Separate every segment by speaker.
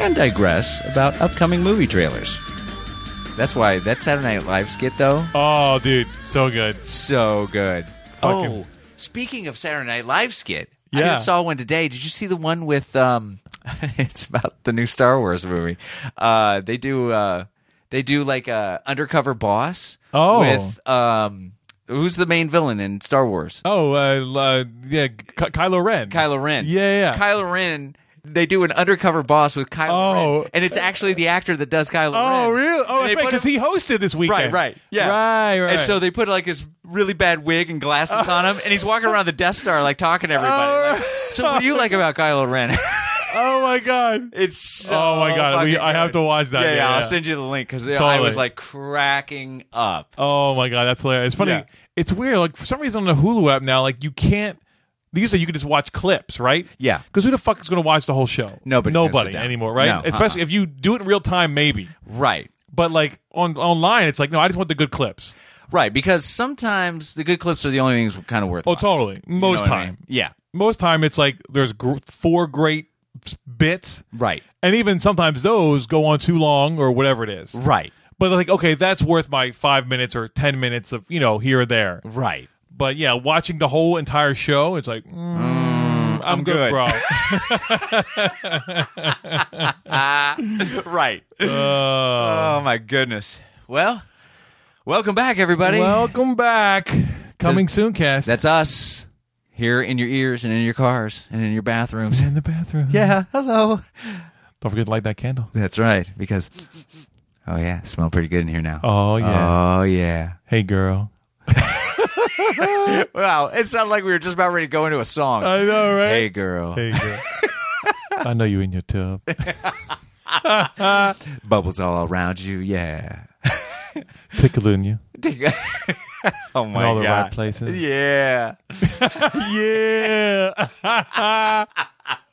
Speaker 1: and digress about upcoming movie trailers. That's why that Saturday Night Live skit, though,
Speaker 2: Oh, dude, so good.
Speaker 1: so good.
Speaker 2: Fucking-
Speaker 1: Oh, speaking of Saturday Night Live skit, I
Speaker 2: Yeah.
Speaker 1: just saw one today. Did you see the one with? Um, it's about the new Star Wars movie. Uh, they do. Uh, they do like a undercover boss.
Speaker 2: Oh.
Speaker 1: with um, who's the main villain in Star Wars?
Speaker 2: Oh, uh, uh, yeah, Ky- Kylo Ren.
Speaker 1: Kylo Ren.
Speaker 2: Yeah, yeah, yeah.
Speaker 1: Kylo Ren. They do an undercover boss with Kylo
Speaker 2: Oh.
Speaker 1: Ren, and it's actually the actor that does Kylo Ren.
Speaker 2: Oh, really? Oh,
Speaker 1: And they
Speaker 2: that's right,
Speaker 1: put
Speaker 2: because
Speaker 1: him-
Speaker 2: he hosted this
Speaker 1: Right,
Speaker 2: weekend.
Speaker 1: right, yeah,
Speaker 2: right, right.
Speaker 1: And so they put like this really bad wig and glasses on him, and he's walking around the Death Star like talking to everybody.
Speaker 2: Oh,
Speaker 1: like, so, what do you like about Kylo Ren?
Speaker 2: oh my god,
Speaker 1: it's so
Speaker 2: Oh, my God. We-
Speaker 1: fucking
Speaker 2: I have
Speaker 1: good.
Speaker 2: to watch that.
Speaker 1: Yeah, yeah,
Speaker 2: Yeah,
Speaker 1: I'll
Speaker 2: yeah.
Speaker 1: send you the link because I
Speaker 2: Totally.
Speaker 1: was like cracking up.
Speaker 2: Oh my god, that's hilarious. It's funny.
Speaker 1: Yeah.
Speaker 2: It's weird. Like for some reason on the Hulu app now, like you can't. Usually you can just watch clips, right?
Speaker 1: Yeah.
Speaker 2: Because who the fuck is going to watch the whole show?
Speaker 1: Nobody's gonna sit
Speaker 2: Nobody
Speaker 1: down.
Speaker 2: anymore, right?
Speaker 1: No, uh-uh.
Speaker 2: Especially if you do it in real time, maybe.
Speaker 1: Right,
Speaker 2: But like on online, it's like no, I just want the good clips.
Speaker 1: right, because sometimes the good clips are the only things kind of worth.
Speaker 2: Oh,
Speaker 1: watching.
Speaker 2: totally.
Speaker 1: You know
Speaker 2: Most
Speaker 1: what I
Speaker 2: time,
Speaker 1: mean? yeah,
Speaker 2: most time, it's like there's gr- four great s- bits,
Speaker 1: Right.
Speaker 2: And even sometimes those go on too long or whatever it is,
Speaker 1: right,
Speaker 2: But like, okay, that's worth my five minutes or ten minutes of you know here or there,
Speaker 1: right.
Speaker 2: But yeah, watching the whole entire show, it's like, mm, I'm, good,
Speaker 1: good.
Speaker 2: bro.
Speaker 1: right. oh my goodness. Well, welcome back, everybody.
Speaker 2: Welcome back. Coming soon, cast.
Speaker 1: That's us here in your ears and in your cars and in your bathrooms.
Speaker 2: in the bathroom.
Speaker 1: Yeah, hello.
Speaker 2: Don't forget to light that candle.
Speaker 1: That's right, because oh yeah, it smell pretty good in here now.
Speaker 2: Oh, yeah.
Speaker 1: oh yeah.
Speaker 2: Hey, girl.
Speaker 1: Wow, it sounded like we were just about ready to go into a song.
Speaker 2: I know, right?
Speaker 1: hey, girl,
Speaker 2: Hey, girl. I know you in your tub.
Speaker 1: bubbles all around you. Yeah.
Speaker 2: Tickling you.
Speaker 1: Oh my
Speaker 2: all the
Speaker 1: God.
Speaker 2: right places.
Speaker 1: Yeah.
Speaker 2: Yeah. wow.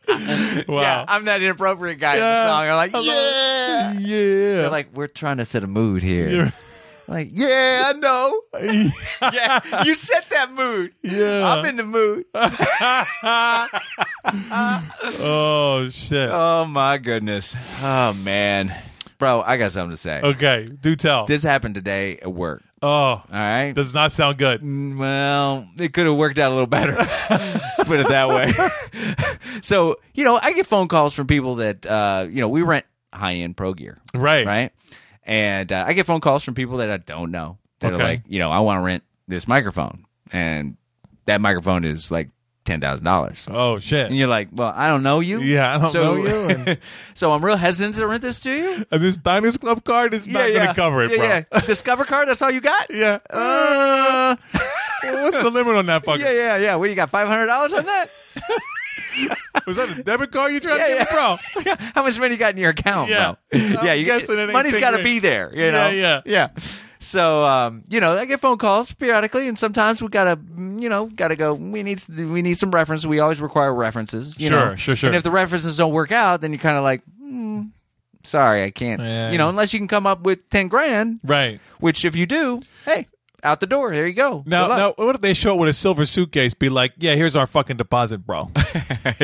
Speaker 1: Yeah. I'm that inappropriate guy in the
Speaker 2: Yeah.
Speaker 1: song. I'm like, yeah.
Speaker 2: yeah.
Speaker 1: They're like, we're trying to set a mood here.
Speaker 2: You're-
Speaker 1: Like, yeah, I know. yeah, you set that mood.
Speaker 2: Yeah.
Speaker 1: I'm in the mood.
Speaker 2: oh, shit.
Speaker 1: Oh my goodness. Oh man, bro, I got something to say.
Speaker 2: okay. Do tell.
Speaker 1: This happened today at work.
Speaker 2: oh,
Speaker 1: All right. Mm,
Speaker 2: does not sound good.
Speaker 1: Well, it could have worked out a little better. Let's put it that way. so, you know, I get phone calls from people that, uh, you know, we rent high end pro gear.
Speaker 2: Right.
Speaker 1: Right. And uh, I get phone calls from people that I don't know that
Speaker 2: Okay.
Speaker 1: are like, you know, I want to rent this microphone. And that microphone is like $10,000.
Speaker 2: Oh, shit.
Speaker 1: And you're like, well, I don't know you.
Speaker 2: Yeah, I don't
Speaker 1: so,
Speaker 2: know you, and-
Speaker 1: so I'm real hesitant to rent this to you.
Speaker 2: And this Diners Club card is not going to cover it,
Speaker 1: yeah,
Speaker 2: bro.
Speaker 1: Yeah. Discover card, that's all you got?
Speaker 2: Yeah.
Speaker 1: Uh,
Speaker 2: What's the limit on that fucker?
Speaker 1: yeah, yeah, yeah. What do you got? Five hundred dollars on that?
Speaker 2: Was that a debit card you trying
Speaker 1: Yeah,
Speaker 2: to get
Speaker 1: yeah.
Speaker 2: me, bro?
Speaker 1: Yeah. How much money you got in your account,
Speaker 2: Yeah.
Speaker 1: bro? yeah,
Speaker 2: I'm
Speaker 1: you
Speaker 2: guessing it ain't
Speaker 1: money's
Speaker 2: big
Speaker 1: got to
Speaker 2: rich.
Speaker 1: be there. You
Speaker 2: Yeah,
Speaker 1: know?
Speaker 2: yeah.
Speaker 1: yeah. So, um, you know, I get phone calls periodically, and sometimes we gotta, you know, gotta go. We need we need some reference. We always require references. You
Speaker 2: Sure,
Speaker 1: know?
Speaker 2: sure, sure.
Speaker 1: And if the references don't work out, then you're kind of like, mm, sorry, I can't.
Speaker 2: Yeah.
Speaker 1: You know, unless you can come up with ten grand,
Speaker 2: Right.
Speaker 1: which if you do, hey, out the door. There you go.
Speaker 2: Now,
Speaker 1: Good luck.
Speaker 2: now, what if they show up with a silver suitcase? Be like, yeah, here's our fucking deposit, bro.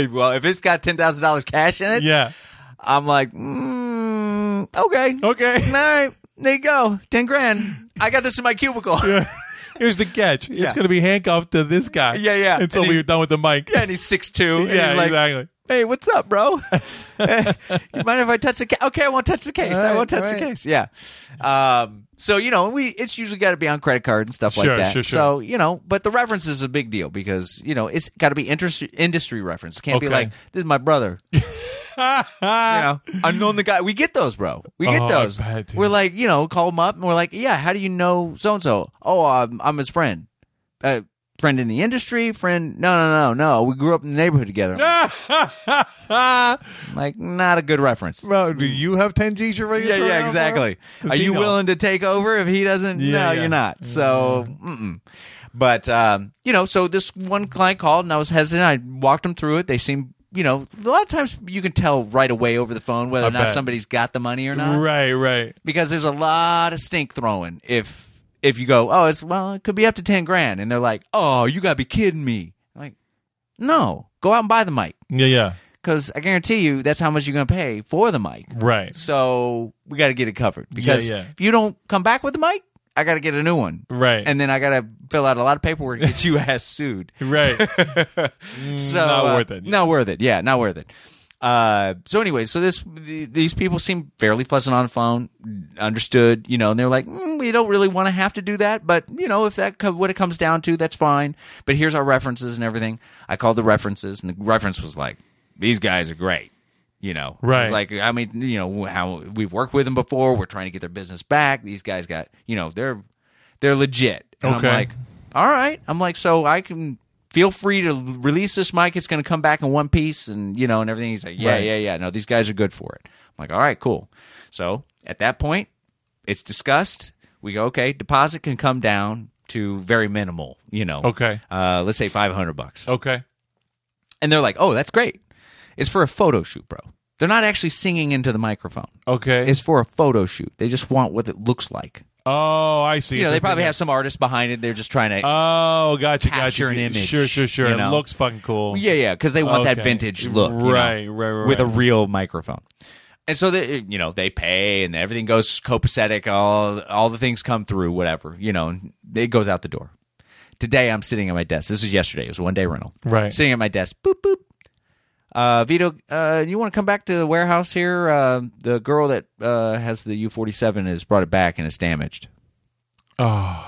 Speaker 1: well, if it's got ten thousand dollars cash in it,
Speaker 2: yeah.
Speaker 1: I'm like, mm, okay,
Speaker 2: Okay.
Speaker 1: all right, there you go, ten grand. I got this in my cubicle. Yeah,
Speaker 2: Here's the catch.
Speaker 1: Yeah.
Speaker 2: It's going to be handcuffed to this guy.
Speaker 1: Yeah, yeah.
Speaker 2: Until
Speaker 1: And he-
Speaker 2: we're done with the mic.
Speaker 1: and he's six two.
Speaker 2: Yeah,
Speaker 1: he's like,
Speaker 2: exactly.
Speaker 1: Hey, what's up, bro? Eh, you mind if I touch the case? Okay, I won't touch the case. I
Speaker 2: All
Speaker 1: won't
Speaker 2: right,
Speaker 1: touch the
Speaker 2: all right.
Speaker 1: case. Yeah. Um. So you know, we it's usually got to be on credit card and stuff
Speaker 2: Sure,
Speaker 1: like that.
Speaker 2: sure, sure.
Speaker 1: So you know, but the reference is a big deal because you know it's got to be industry industry reference. It can't be
Speaker 2: Okay.
Speaker 1: like this is my brother. you know, I've known the guy. We get those, bro. We get
Speaker 2: Oh, I
Speaker 1: those.
Speaker 2: bet, dude.
Speaker 1: we're like, um, you know, call him up and we're like, yeah, how do you know so and so? Oh, I'm, I'm his friend. Uh, friend in the industry, friend. No, no, no, no. We grew up in the neighborhood together. "Ah." like, not a good reference.
Speaker 2: Well, do you have 10 G's you're ready to
Speaker 1: Yeah,
Speaker 2: throw
Speaker 1: yeah,
Speaker 2: around,
Speaker 1: exactly.
Speaker 2: bro? 'Cause
Speaker 1: Are
Speaker 2: he
Speaker 1: you
Speaker 2: knows.
Speaker 1: willing to take over if he doesn't?
Speaker 2: Yeah,
Speaker 1: no,
Speaker 2: yeah.
Speaker 1: you're not. So, mm-mm. but um, you know, so this one client called and I was hesitant. I walked them through it. They seemed, you know, a lot of times you can tell right away over the phone whether
Speaker 2: I
Speaker 1: or not
Speaker 2: bet.
Speaker 1: somebody's got the money or not,
Speaker 2: Right, right.
Speaker 1: because there's a lot of stink throwing if if you go, oh, it's well, it could be up to ten grand, and they're like, oh, you gotta be kidding me. I'm like, no, go out and buy the mic
Speaker 2: Yeah, yeah.
Speaker 1: because I guarantee you that's how much you're gonna pay for the mic.
Speaker 2: Right.
Speaker 1: So we got to get it covered because
Speaker 2: yeah.
Speaker 1: if you don't come back with the mic, I got to get a new one.
Speaker 2: Right.
Speaker 1: And then I got to fill out a lot of paperwork and get you ass sued.
Speaker 2: Right.
Speaker 1: So
Speaker 2: not
Speaker 1: uh,
Speaker 2: worth it.
Speaker 1: Not worth it. Yeah, not worth it. Uh, so anyway, so this th- these people seem fairly pleasant on the phone, understood, you know, and they're like, mm, we don't really want to have to do that, but you know, if that co- what it comes down to, that's fine. But here's our references and everything. I called the references, and the reference was like, these guys are great, you know,
Speaker 2: Right.
Speaker 1: It's like I mean, you know, how we've worked with them before. We're trying to get their business back. These guys got, you know, they're they're legit. And
Speaker 2: Okay.
Speaker 1: I'm like, all right. I'm like, so I can feel free to l- release this mic. It's going to come back in one piece and, you know, and everything. He's like, yeah,
Speaker 2: Right.
Speaker 1: yeah, yeah. No, these guys are good for it. I'm like, all right, cool. So at that point, it's discussed. We go, okay, deposit can come down to very minimal, you know.
Speaker 2: Okay.
Speaker 1: Uh, let's say 500 bucks.
Speaker 2: Okay.
Speaker 1: And they're like, oh, that's great. It's for a photo shoot, bro. They're not actually singing into the microphone.
Speaker 2: Okay.
Speaker 1: It's for a photo shoot. They just want what it looks like.
Speaker 2: oh, I see.
Speaker 1: You know,
Speaker 2: It's
Speaker 1: they
Speaker 2: a
Speaker 1: probably
Speaker 2: thing-
Speaker 1: have some artist behind it. They're just trying to
Speaker 2: Oh, gotcha, gotcha.
Speaker 1: capture an image,
Speaker 2: Sure, sure, sure.
Speaker 1: you
Speaker 2: It
Speaker 1: know?
Speaker 2: looks fucking cool.
Speaker 1: Yeah, yeah, because they want that
Speaker 2: Okay.
Speaker 1: vintage look, you know,
Speaker 2: Right, right, right,
Speaker 1: with a
Speaker 2: right.
Speaker 1: real microphone. And so they, you know, they pay and everything goes copacetic. All all the things come through, whatever, you know, and it goes out the door. Today I'm sitting at my desk. This is yesterday. It was a one day rental.
Speaker 2: Right.
Speaker 1: Sitting at my desk. Boop boop. Uh, Vito, uh, you want to come back to the warehouse here? Uh, the girl that uh, has the U forty seven has brought it back and it's damaged.
Speaker 2: Oh,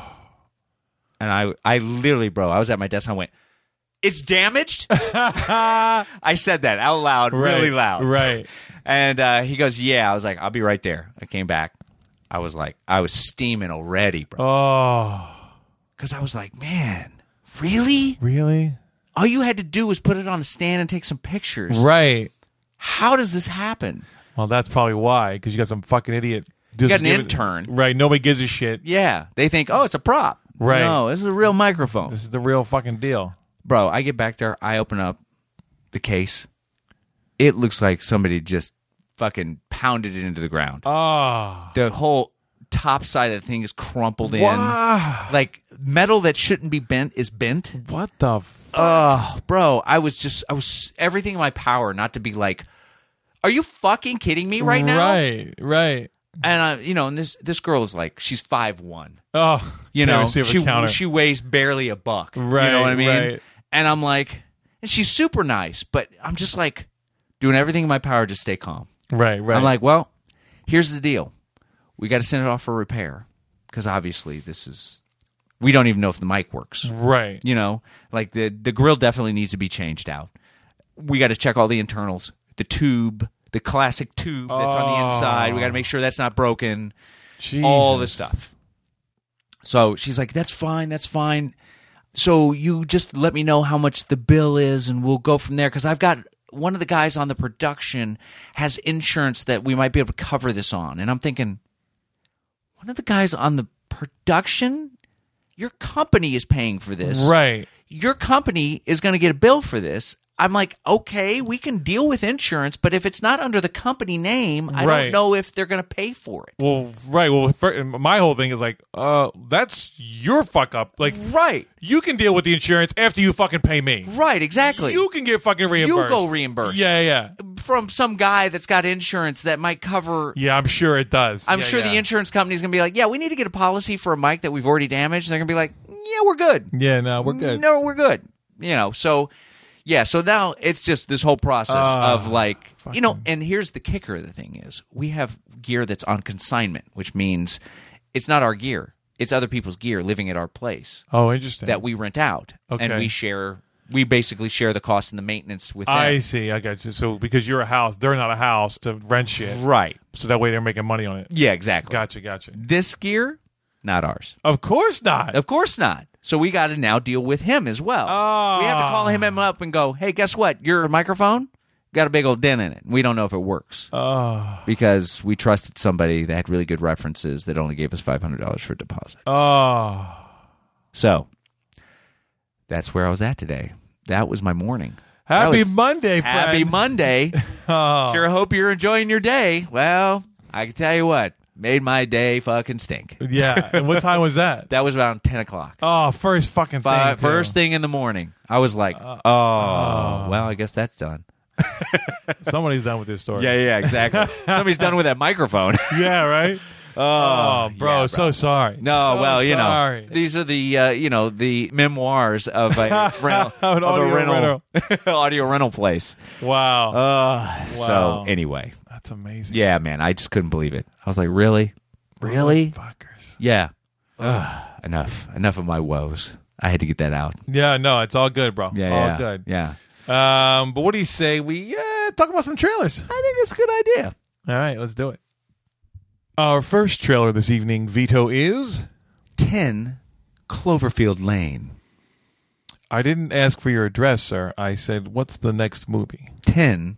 Speaker 1: And I, I literally, bro, I was at my desk. and I went, "It's damaged." I said that out loud, really
Speaker 2: right,
Speaker 1: loud,
Speaker 2: Right.
Speaker 1: And uh, he goes, "Yeah." I was like, "I'll be right there." I came back. I was like, I was steaming already, bro,
Speaker 2: Oh,
Speaker 1: because I was like, "Man, really?
Speaker 2: really?
Speaker 1: All you had to do was put it on a stand and take some pictures.
Speaker 2: Right.
Speaker 1: How does this happen?"
Speaker 2: Well, that's probably why, because you got some fucking idiot. You
Speaker 1: got an intern.
Speaker 2: right? Nobody gives a shit.
Speaker 1: Yeah, they think, "Oh, it's a prop."
Speaker 2: Right.
Speaker 1: No, this is a real microphone,
Speaker 2: This is the real fucking deal.
Speaker 1: bro. I get back there. I open up the case. It looks like somebody just fucking pounded it into the ground.
Speaker 2: Oh,
Speaker 1: the whole top side of the thing is crumpled in.
Speaker 2: Wow.
Speaker 1: Like metal that shouldn't be bent is bent.
Speaker 2: what the? F-
Speaker 1: Oh, bro, I was just I was everything in my power not to be like are you fucking kidding me right now?
Speaker 2: Right, right.
Speaker 1: And I, you know, and this this girl is like she's five one.
Speaker 2: Oh,
Speaker 1: You
Speaker 2: can't
Speaker 1: know,
Speaker 2: receive a
Speaker 1: she
Speaker 2: counter.
Speaker 1: she weighs barely a buck. you
Speaker 2: Right,
Speaker 1: know what I mean?
Speaker 2: right.
Speaker 1: And I'm like, and she's super nice, but I'm just like doing everything in my power to stay calm.
Speaker 2: right, right.
Speaker 1: I'm like, well, here's the deal. We got to send it off for repair because obviously this is we don't even know if the mic works.
Speaker 2: right.
Speaker 1: You know, like the the grill definitely needs to be changed out. We got to check all the internals, the tube, the classic tube that's on the inside. We got to make sure that's not broken all this
Speaker 2: Oh. Jesus.
Speaker 1: stuff. So she's like, "That's fine, that's fine." So you just let me know how much the bill is, and we'll go from there. Because I've got one of the guys on the production has insurance that we might be able to cover this on, and I'm thinking, one of the guys on the production, your company is paying for this,
Speaker 2: Right.
Speaker 1: Your company is going to get a bill for this. I'm like, okay, we can deal with insurance, but if it's not under the company name, I
Speaker 2: Right.
Speaker 1: don't know if they're going to pay for it.
Speaker 2: Well, right. Well, fir- my whole thing is like, uh, that's your fuck up. Like,
Speaker 1: Right.
Speaker 2: you can deal with the insurance after you fucking pay me.
Speaker 1: Right, exactly.
Speaker 2: You can get fucking reimbursed.
Speaker 1: go reimbursed.
Speaker 2: Yeah, yeah,
Speaker 1: from some guy that's got insurance that might cover.
Speaker 2: yeah. I'm sure it does.
Speaker 1: I'm
Speaker 2: Yeah,
Speaker 1: sure the
Speaker 2: yeah.
Speaker 1: insurance company's gonna be like, "Yeah, we need to get a policy for a mic that we've already damaged." they're gonna be like, "Yeah, we're good.
Speaker 2: Yeah, no, we're good.
Speaker 1: No, we're good." You know, so yeah, so now it's just this whole process
Speaker 2: Ah,
Speaker 1: of like, you know, and here's the kicker: of the thing is, we have gear that's on consignment, which means it's not our gear; it's other people's gear living at our place
Speaker 2: Oh, interesting.
Speaker 1: that we rent out,
Speaker 2: Okay.
Speaker 1: and we share. We basically share the cost and the maintenance with them.
Speaker 2: I see. I got you. So because you're a house, they're not a house to rent shit.
Speaker 1: right.
Speaker 2: So that way they're making money on it.
Speaker 1: Yeah, exactly.
Speaker 2: Gotcha, gotcha.
Speaker 1: this gear, not ours.
Speaker 2: Of course not.
Speaker 1: Of course not. So we got to now deal with him as well. We have to
Speaker 2: Ah.
Speaker 1: call him up and go, hey, guess what? Your microphone got a big old dent in it. We don't know if it works
Speaker 2: Ah.
Speaker 1: because we trusted somebody that had really good references that only gave us $500 for a deposit.
Speaker 2: Oh.
Speaker 1: So that's where I was at today. That was my morning. That
Speaker 2: Happy
Speaker 1: was-
Speaker 2: Monday, friend. Oh.
Speaker 1: Happy Monday. Sure hope you're enjoying your day. Well, I can tell you what, made my day fucking stink.
Speaker 2: Yeah. And what time was that?
Speaker 1: That was around 10 o'clock.
Speaker 2: Oh, first fucking thing.
Speaker 1: Fi-
Speaker 2: too.
Speaker 1: first thing in the morning, I was like, oh, well, I guess that's done.
Speaker 2: Somebody's done with this story.
Speaker 1: yeah, exactly. Somebody's done with that microphone.
Speaker 2: Yeah, right? Oh, bro,
Speaker 1: yeah,
Speaker 2: so sorry.
Speaker 1: No,
Speaker 2: So
Speaker 1: well, you
Speaker 2: sorry.
Speaker 1: know, these are the uh, you know the memoirs of a rental,
Speaker 2: An
Speaker 1: of
Speaker 2: audio
Speaker 1: a rental audio rental place.
Speaker 2: Wow.
Speaker 1: Uh,
Speaker 2: Wow.
Speaker 1: So anyway,
Speaker 2: That's amazing.
Speaker 1: yeah, man, I just couldn't believe it. I was like, really, really,
Speaker 2: Fuckers.
Speaker 1: yeah. Ugh, enough, enough of my woes. I had to get that out.
Speaker 2: Yeah, no, it's all good, bro.
Speaker 1: Yeah,
Speaker 2: all
Speaker 1: yeah,
Speaker 2: good.
Speaker 1: Yeah,
Speaker 2: Um, but what do you say we uh, talk about some trailers?
Speaker 1: I think it's a good idea.
Speaker 2: All right, let's do it. Our first trailer this evening, Vito, is.
Speaker 1: Ten Cloverfield Lane.
Speaker 2: I didn't ask for your address, sir. I said, what's the next movie?
Speaker 1: 10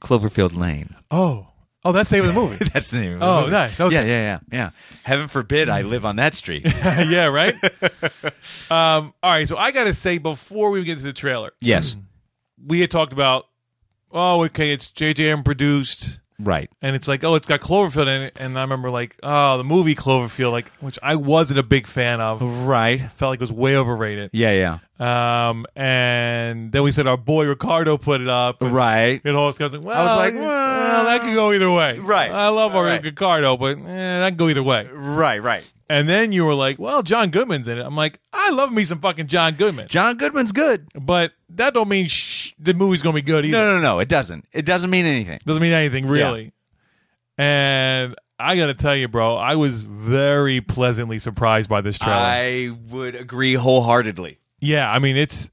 Speaker 1: Cloverfield Lane.
Speaker 2: Oh. Oh, that's the name of the movie.
Speaker 1: That's the name of
Speaker 2: Oh, nice. Okay.
Speaker 1: Yeah, yeah, yeah, yeah. Heaven forbid I live on that street.
Speaker 2: yeah, right? um, all right, so I got to say, before we get to the trailer,
Speaker 1: yes.
Speaker 2: we had talked about, oh, okay, it's JJM produced.
Speaker 1: Right.
Speaker 2: and it's like, oh, it's got Cloverfield in it. And I remember like, oh, the movie Cloverfield, like which I wasn't a big fan of.
Speaker 1: Right.
Speaker 2: Felt like it was way overrated.
Speaker 1: Yeah, yeah.
Speaker 2: Um, and then we said our boy Ricardo put it up. and
Speaker 1: Right.
Speaker 2: It all comes. Well,
Speaker 1: was like,
Speaker 2: well, that could go either way.
Speaker 1: Right.
Speaker 2: I love our
Speaker 1: Right.
Speaker 2: Ricardo, but eh, that can go either way.
Speaker 1: Right, right.
Speaker 2: And then you were like, well, John Goodman's in it. I'm like, I love me some fucking John Goodman,
Speaker 1: John Goodman's good.
Speaker 2: but that don't mean sh- the movie's gonna be good either.
Speaker 1: No, no, no. It doesn't. It doesn't mean anything.
Speaker 2: Doesn't mean anything really. And I gotta tell you, bro, I was very pleasantly surprised by this trailer.
Speaker 1: I would agree wholeheartedly.
Speaker 2: yeah, I mean it's,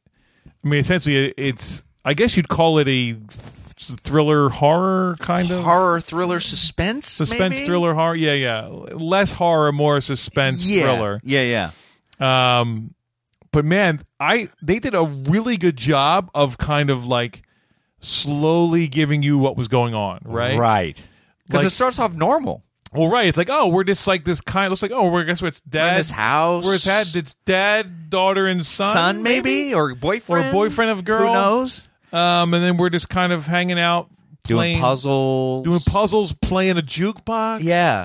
Speaker 2: I mean essentially it- it's, I guess you'd call it a th- thriller horror kind of
Speaker 1: Horror, thriller, suspense?
Speaker 2: suspense
Speaker 1: maybe?
Speaker 2: thriller horror. Yeah, yeah, less horror, more suspense
Speaker 1: Yeah.
Speaker 2: thriller.
Speaker 1: Yeah, yeah.
Speaker 2: Um, but man, I they did a really good job of kind of like slowly giving you what was going on, right?
Speaker 1: Right. Because
Speaker 2: Like-
Speaker 1: it starts off normal.
Speaker 2: Well, right. It's like, oh, we're just like this kind. Looks like, oh, we're guess what's
Speaker 1: We're
Speaker 2: dad.
Speaker 1: in this house.
Speaker 2: Where's dad? It's dad, daughter, and son.
Speaker 1: Son, maybe? Or boyfriend?
Speaker 2: Or boyfriend of girl.
Speaker 1: Who knows?
Speaker 2: Um, and then we're just kind of hanging out, playing,
Speaker 1: doing puzzles.
Speaker 2: doing puzzles, playing a jukebox.
Speaker 1: Yeah.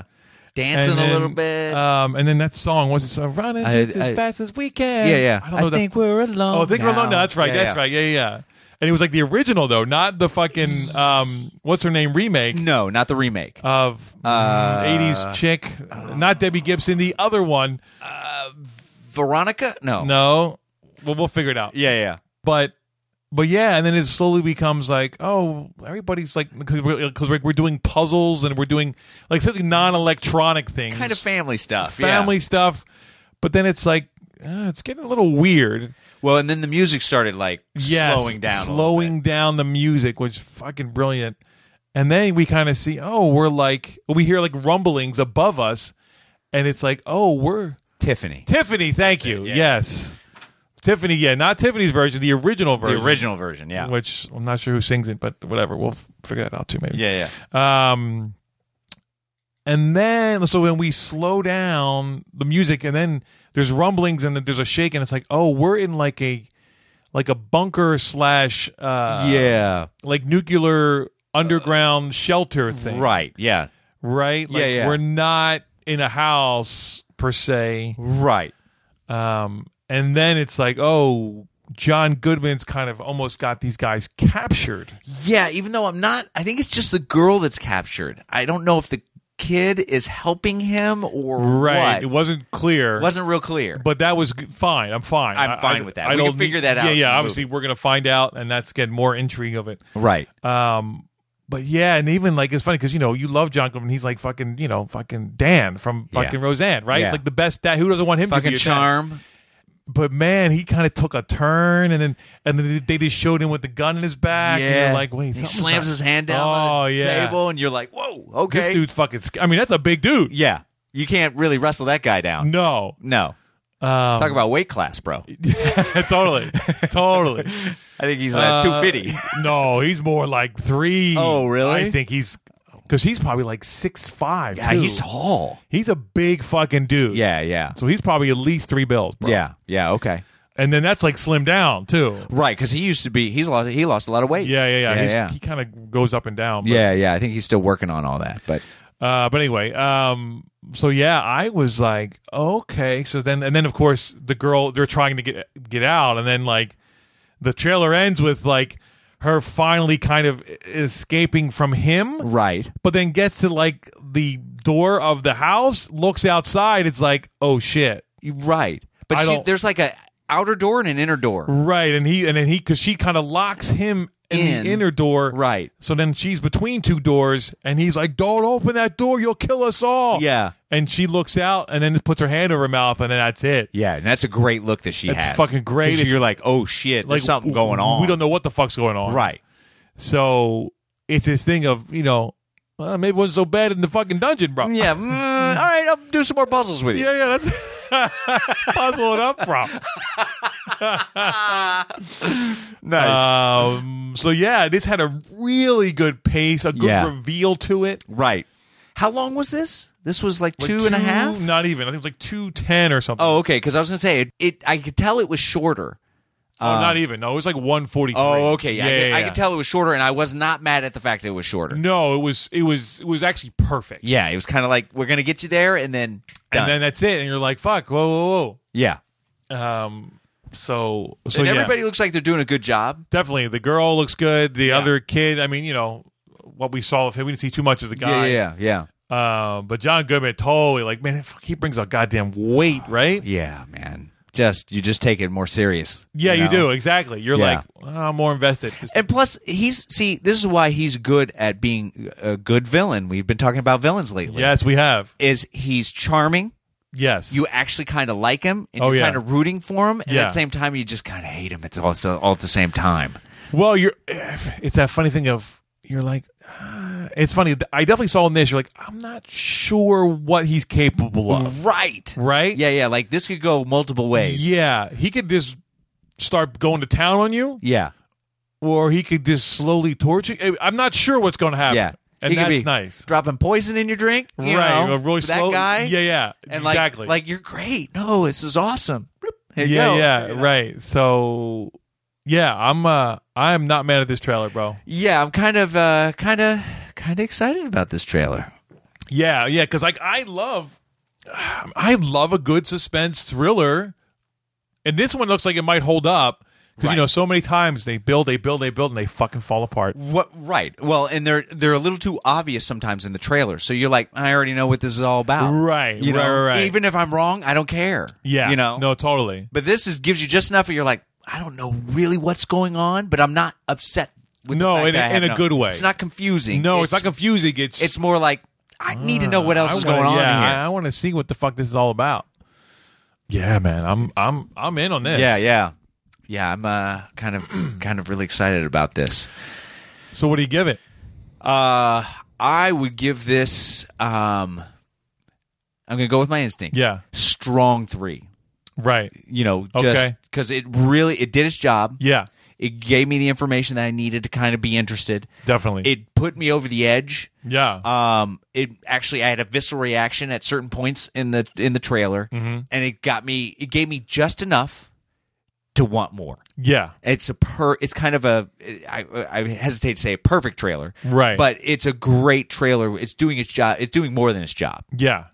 Speaker 2: And
Speaker 1: Dancing
Speaker 2: then,
Speaker 1: a little bit.
Speaker 2: Um, and then that song was it? so Running
Speaker 1: I-
Speaker 2: just as
Speaker 1: I-
Speaker 2: fast as we can.
Speaker 1: yeah, yeah.
Speaker 2: I don't know. the-
Speaker 1: think we're alone.
Speaker 2: oh, I think
Speaker 1: now.
Speaker 2: we're alone. No, that's right.
Speaker 1: Yeah,
Speaker 2: that's
Speaker 1: yeah.
Speaker 2: right. Yeah, yeah. And it was like the original though, not the fucking um, what's her name remake
Speaker 1: No, not the remake.
Speaker 2: of
Speaker 1: Uh,
Speaker 2: eighties chick, not Debbie Gibson, the other one.
Speaker 1: Veronica? No.
Speaker 2: No, well, we'll figure it out.
Speaker 1: Yeah, yeah.
Speaker 2: but but yeah, and then it slowly becomes like, oh, everybody's like, because we're, 'cause we're, we're doing puzzles and we're doing like something non-electronic things,
Speaker 1: Kind of family stuff. yeah.
Speaker 2: family stuff. But then it's like, uh, it's getting a little weird.
Speaker 1: Well, and then the music started like
Speaker 2: Yes,
Speaker 1: slowing down. a little
Speaker 2: slowing down the music, which is fucking brilliant. And then we kind of see, oh, we're like, we hear like rumblings above us, and it's like, oh, we're
Speaker 1: bit. Tiffany.
Speaker 2: Tiffany. Thank you.
Speaker 1: yeah.
Speaker 2: Yes, Tiffany. Yeah, not Tiffany's version, the original
Speaker 1: The
Speaker 2: version.
Speaker 1: original version, yeah.
Speaker 2: which I'm not sure who sings it, but whatever. We'll f- figure that out too, maybe.
Speaker 1: yeah, yeah.
Speaker 2: Um, and then so when we slow down the music, and then there's rumblings, and then there's a shake, and it's like, oh, we're in like a like a bunker slash uh,
Speaker 1: yeah. Uh,
Speaker 2: like nuclear underground shelter thing,
Speaker 1: Right. Yeah.
Speaker 2: Right? Like,
Speaker 1: Yeah, yeah.
Speaker 2: We're not in a house per se.
Speaker 1: Right.
Speaker 2: Um, and then it's like, oh. John Goodman's kind of almost got these guys captured.
Speaker 1: Yeah, even though I'm not I think it's just the girl that's captured. I don't know if the kid is helping him or
Speaker 2: Right.
Speaker 1: what.
Speaker 2: It wasn't clear.
Speaker 1: wasn't real clear.
Speaker 2: But that was g- fine. I'm fine.
Speaker 1: I'm
Speaker 2: I-
Speaker 1: fine
Speaker 2: I-
Speaker 1: with that.
Speaker 2: I
Speaker 1: We can
Speaker 2: don't
Speaker 1: figure
Speaker 2: need-
Speaker 1: that out
Speaker 2: Yeah,
Speaker 1: in the
Speaker 2: yeah. Obviously, we're gonna find out, and that's getting more intrigue of it.
Speaker 1: right.
Speaker 2: Um, but yeah, and even like it's funny because you know you love John Goodman. He's like fucking you know fucking Dan from
Speaker 1: Yeah.
Speaker 2: fucking Roseanne, right?
Speaker 1: Yeah.
Speaker 2: Like the best dad. Who doesn't want him to
Speaker 1: Fucking
Speaker 2: be a dad?
Speaker 1: charm.
Speaker 2: But man, he kind of took a turn, and then and then they just showed him with the gun in his back. And you're like wait,
Speaker 1: he
Speaker 2: something's
Speaker 1: slams
Speaker 2: not-
Speaker 1: his hand down
Speaker 2: Oh
Speaker 1: on the
Speaker 2: yeah,
Speaker 1: table, and you're like, "Whoa, okay,
Speaker 2: This dude's fucking. sc- I mean, that's a big dude.
Speaker 1: yeah." You can't really wrestle that guy down.
Speaker 2: No,
Speaker 1: No,
Speaker 2: Um,
Speaker 1: Talk about weight class, bro.
Speaker 2: totally, totally.
Speaker 1: I think he's
Speaker 2: Uh,
Speaker 1: uh, 250.
Speaker 2: no, he's more like three.
Speaker 1: Oh, really?
Speaker 2: I think he's because he's probably like six five.
Speaker 1: Yeah, he's tall.
Speaker 2: He's a big fucking dude.
Speaker 1: Yeah, yeah.
Speaker 2: So he's probably at least three bills. Bro.
Speaker 1: Yeah, yeah, okay.
Speaker 2: And then that's like slim down too.
Speaker 1: Right, because he used to be, he's lost, he lost a lot of weight.
Speaker 2: Yeah, yeah, yeah.
Speaker 1: Yeah,
Speaker 2: He's-
Speaker 1: yeah.
Speaker 2: He kind of goes up and down. But,
Speaker 1: yeah, yeah. I think he's still working on all that, but
Speaker 2: Uh, but anyway, um, so yeah, I was like, okay. So then, and then of course the girl they're trying to get get out, and then like the trailer ends with like her finally kind of escaping from him,
Speaker 1: right.
Speaker 2: but then gets to like the door of the house, looks outside, it's like, oh shit.
Speaker 1: Right.
Speaker 2: I
Speaker 1: But she,
Speaker 2: don't-
Speaker 1: there's like a outer door and an inner door.
Speaker 2: Right, and he and then he because she kind of locks him in,
Speaker 1: In.
Speaker 2: the inner door.
Speaker 1: Right.
Speaker 2: So then she's between two doors, and he's like, "Don't open that door, you'll kill us all."
Speaker 1: Yeah.
Speaker 2: And she looks out, and then puts her hand over her mouth, and then that's it.
Speaker 1: Yeah, and that's a great look that she
Speaker 2: It's
Speaker 1: has.
Speaker 2: fucking great.
Speaker 1: 'Cause
Speaker 2: It's-
Speaker 1: You're like, oh shit, there's something going on.
Speaker 2: We don't know what the fuck's going on.
Speaker 1: Right.
Speaker 2: So it's this thing of you know, well, maybe it wasn't so bad in the fucking dungeon, bro.
Speaker 1: Yeah. mm, all right, I'll do some more puzzles with you.
Speaker 2: Yeah, yeah, that's puzzle it up from.
Speaker 1: Nice.
Speaker 2: Um, so yeah, this had a really good pace, a good
Speaker 1: Yeah.
Speaker 2: reveal to it.
Speaker 1: right. How long was this? This was like,
Speaker 2: Like
Speaker 1: two and a half.
Speaker 2: Not even. I think it was like two ten or something.
Speaker 1: Oh, okay. Because I was gonna say it, it. I could tell it was shorter.
Speaker 2: Oh, not even. No, it was like one forty three.
Speaker 1: uh, Oh, okay. Yeah,
Speaker 2: Yeah,
Speaker 1: I, could,
Speaker 2: yeah,
Speaker 1: I
Speaker 2: yeah.
Speaker 1: could tell it was shorter, and I was not mad at the fact that it was shorter.
Speaker 2: No, it was it was it was actually perfect.
Speaker 1: Yeah, it was kind of like we're gonna get you there, and then done.
Speaker 2: and then that's it, and you're like, fuck, whoa, whoa,
Speaker 1: yeah.
Speaker 2: whoa. Um, so so
Speaker 1: and
Speaker 2: yeah.
Speaker 1: everybody looks like they're doing a good job.
Speaker 2: definitely the girl looks good. The other kid, I mean, you know what we saw of him, we didn't see too much of the guy.
Speaker 1: yeah,
Speaker 2: Uh, but John Goodman totally like man, fuck, he brings out goddamn weight, right?
Speaker 1: yeah, man. Just you just take it more serious.
Speaker 2: Yeah, you,
Speaker 1: know?
Speaker 2: do exactly. You're
Speaker 1: Yeah.
Speaker 2: like, "Oh, I'm more invested. Just-
Speaker 1: And plus, he's see, this is why he's good at being a good villain. We've been talking about villains lately.
Speaker 2: yes, we have.
Speaker 1: is he's charming.
Speaker 2: Yes,
Speaker 1: You actually kind of like him, and
Speaker 2: Oh,
Speaker 1: you're
Speaker 2: yeah.
Speaker 1: kind of rooting for him, and
Speaker 2: Yeah.
Speaker 1: at the same time, you just kind of hate him. It's also all at the same time.
Speaker 2: Well, you're. It's that funny thing of you're like, uh, it's funny. I definitely saw in this. You're like, I'm not sure what he's capable of.
Speaker 1: Right.
Speaker 2: Right?
Speaker 1: Mm-hmm. Yeah, yeah. Like this could go multiple ways.
Speaker 2: Yeah, he could just start going to town on you,
Speaker 1: Yeah.
Speaker 2: or he could just slowly torture. you. Eh, I'm not sure what's going to happen.
Speaker 1: Yeah.
Speaker 2: and
Speaker 1: He could
Speaker 2: that's
Speaker 1: be
Speaker 2: nice.
Speaker 1: Dropping poison in your drink. you
Speaker 2: right?
Speaker 1: know,
Speaker 2: a really
Speaker 1: that
Speaker 2: slow
Speaker 1: guy.
Speaker 2: Yeah, yeah.
Speaker 1: And like,
Speaker 2: exactly.
Speaker 1: like you're great. No, this is awesome. Here you
Speaker 2: yeah,
Speaker 1: go.
Speaker 2: yeah. Right. So, yeah, I'm. Uh, I'm not mad at this trailer, bro.
Speaker 1: Yeah, I'm kind of, uh, kind of, kind of excited about this trailer.
Speaker 2: Yeah, yeah, because like I love, I love a good suspense thriller, and this one looks like it might hold up because
Speaker 1: Right.
Speaker 2: you know so many times they build, they build, they build, and they fucking fall apart.
Speaker 1: What? Right. Well, and they're they're a little too obvious sometimes in the trailer. So you're like, I already know what this is all about.
Speaker 2: Right,
Speaker 1: You
Speaker 2: right,
Speaker 1: know?
Speaker 2: right, right.
Speaker 1: Even if I'm wrong, I don't care.
Speaker 2: Yeah,
Speaker 1: You know.
Speaker 2: no, totally.
Speaker 1: But this is gives you just enough. Where you're like, I don't know really what's going on, but I'm not upset. with
Speaker 2: No,
Speaker 1: the fact
Speaker 2: in a-
Speaker 1: that I have
Speaker 2: in a
Speaker 1: no-
Speaker 2: good way.
Speaker 1: It's not confusing.
Speaker 2: No, it's, not confusing. It's
Speaker 1: It's more like I need to know what else
Speaker 2: I
Speaker 1: is
Speaker 2: wanna-
Speaker 1: going on
Speaker 2: yeah,
Speaker 1: here.
Speaker 2: I, I want to see what the fuck this is all about. Yeah, man, I'm I'm I'm in on this.
Speaker 1: Yeah, yeah. Yeah, I'm uh, kind of kind of really excited about this.
Speaker 2: So what do you give it?
Speaker 1: Uh, I would give this um I'm going to go with my instinct.
Speaker 2: Yeah,
Speaker 1: Strong 3.
Speaker 2: right.
Speaker 1: You know, just
Speaker 2: Okay.
Speaker 1: cuz it really it did its job.
Speaker 2: Yeah,
Speaker 1: It gave me the information that I needed to kind of be interested.
Speaker 2: definitely.
Speaker 1: It put me over the edge.
Speaker 2: yeah,
Speaker 1: Um, it actually I had a visceral reaction at certain points in the in the trailer,
Speaker 2: Mm-hmm.
Speaker 1: and it got me. It gave me just enough to want more.
Speaker 2: yeah.
Speaker 1: It's a per. It's kind of a. I, I hesitate to say a perfect trailer,
Speaker 2: Right.
Speaker 1: But it's a great trailer. It's doing its job. It's doing more than its job.
Speaker 2: Yeah.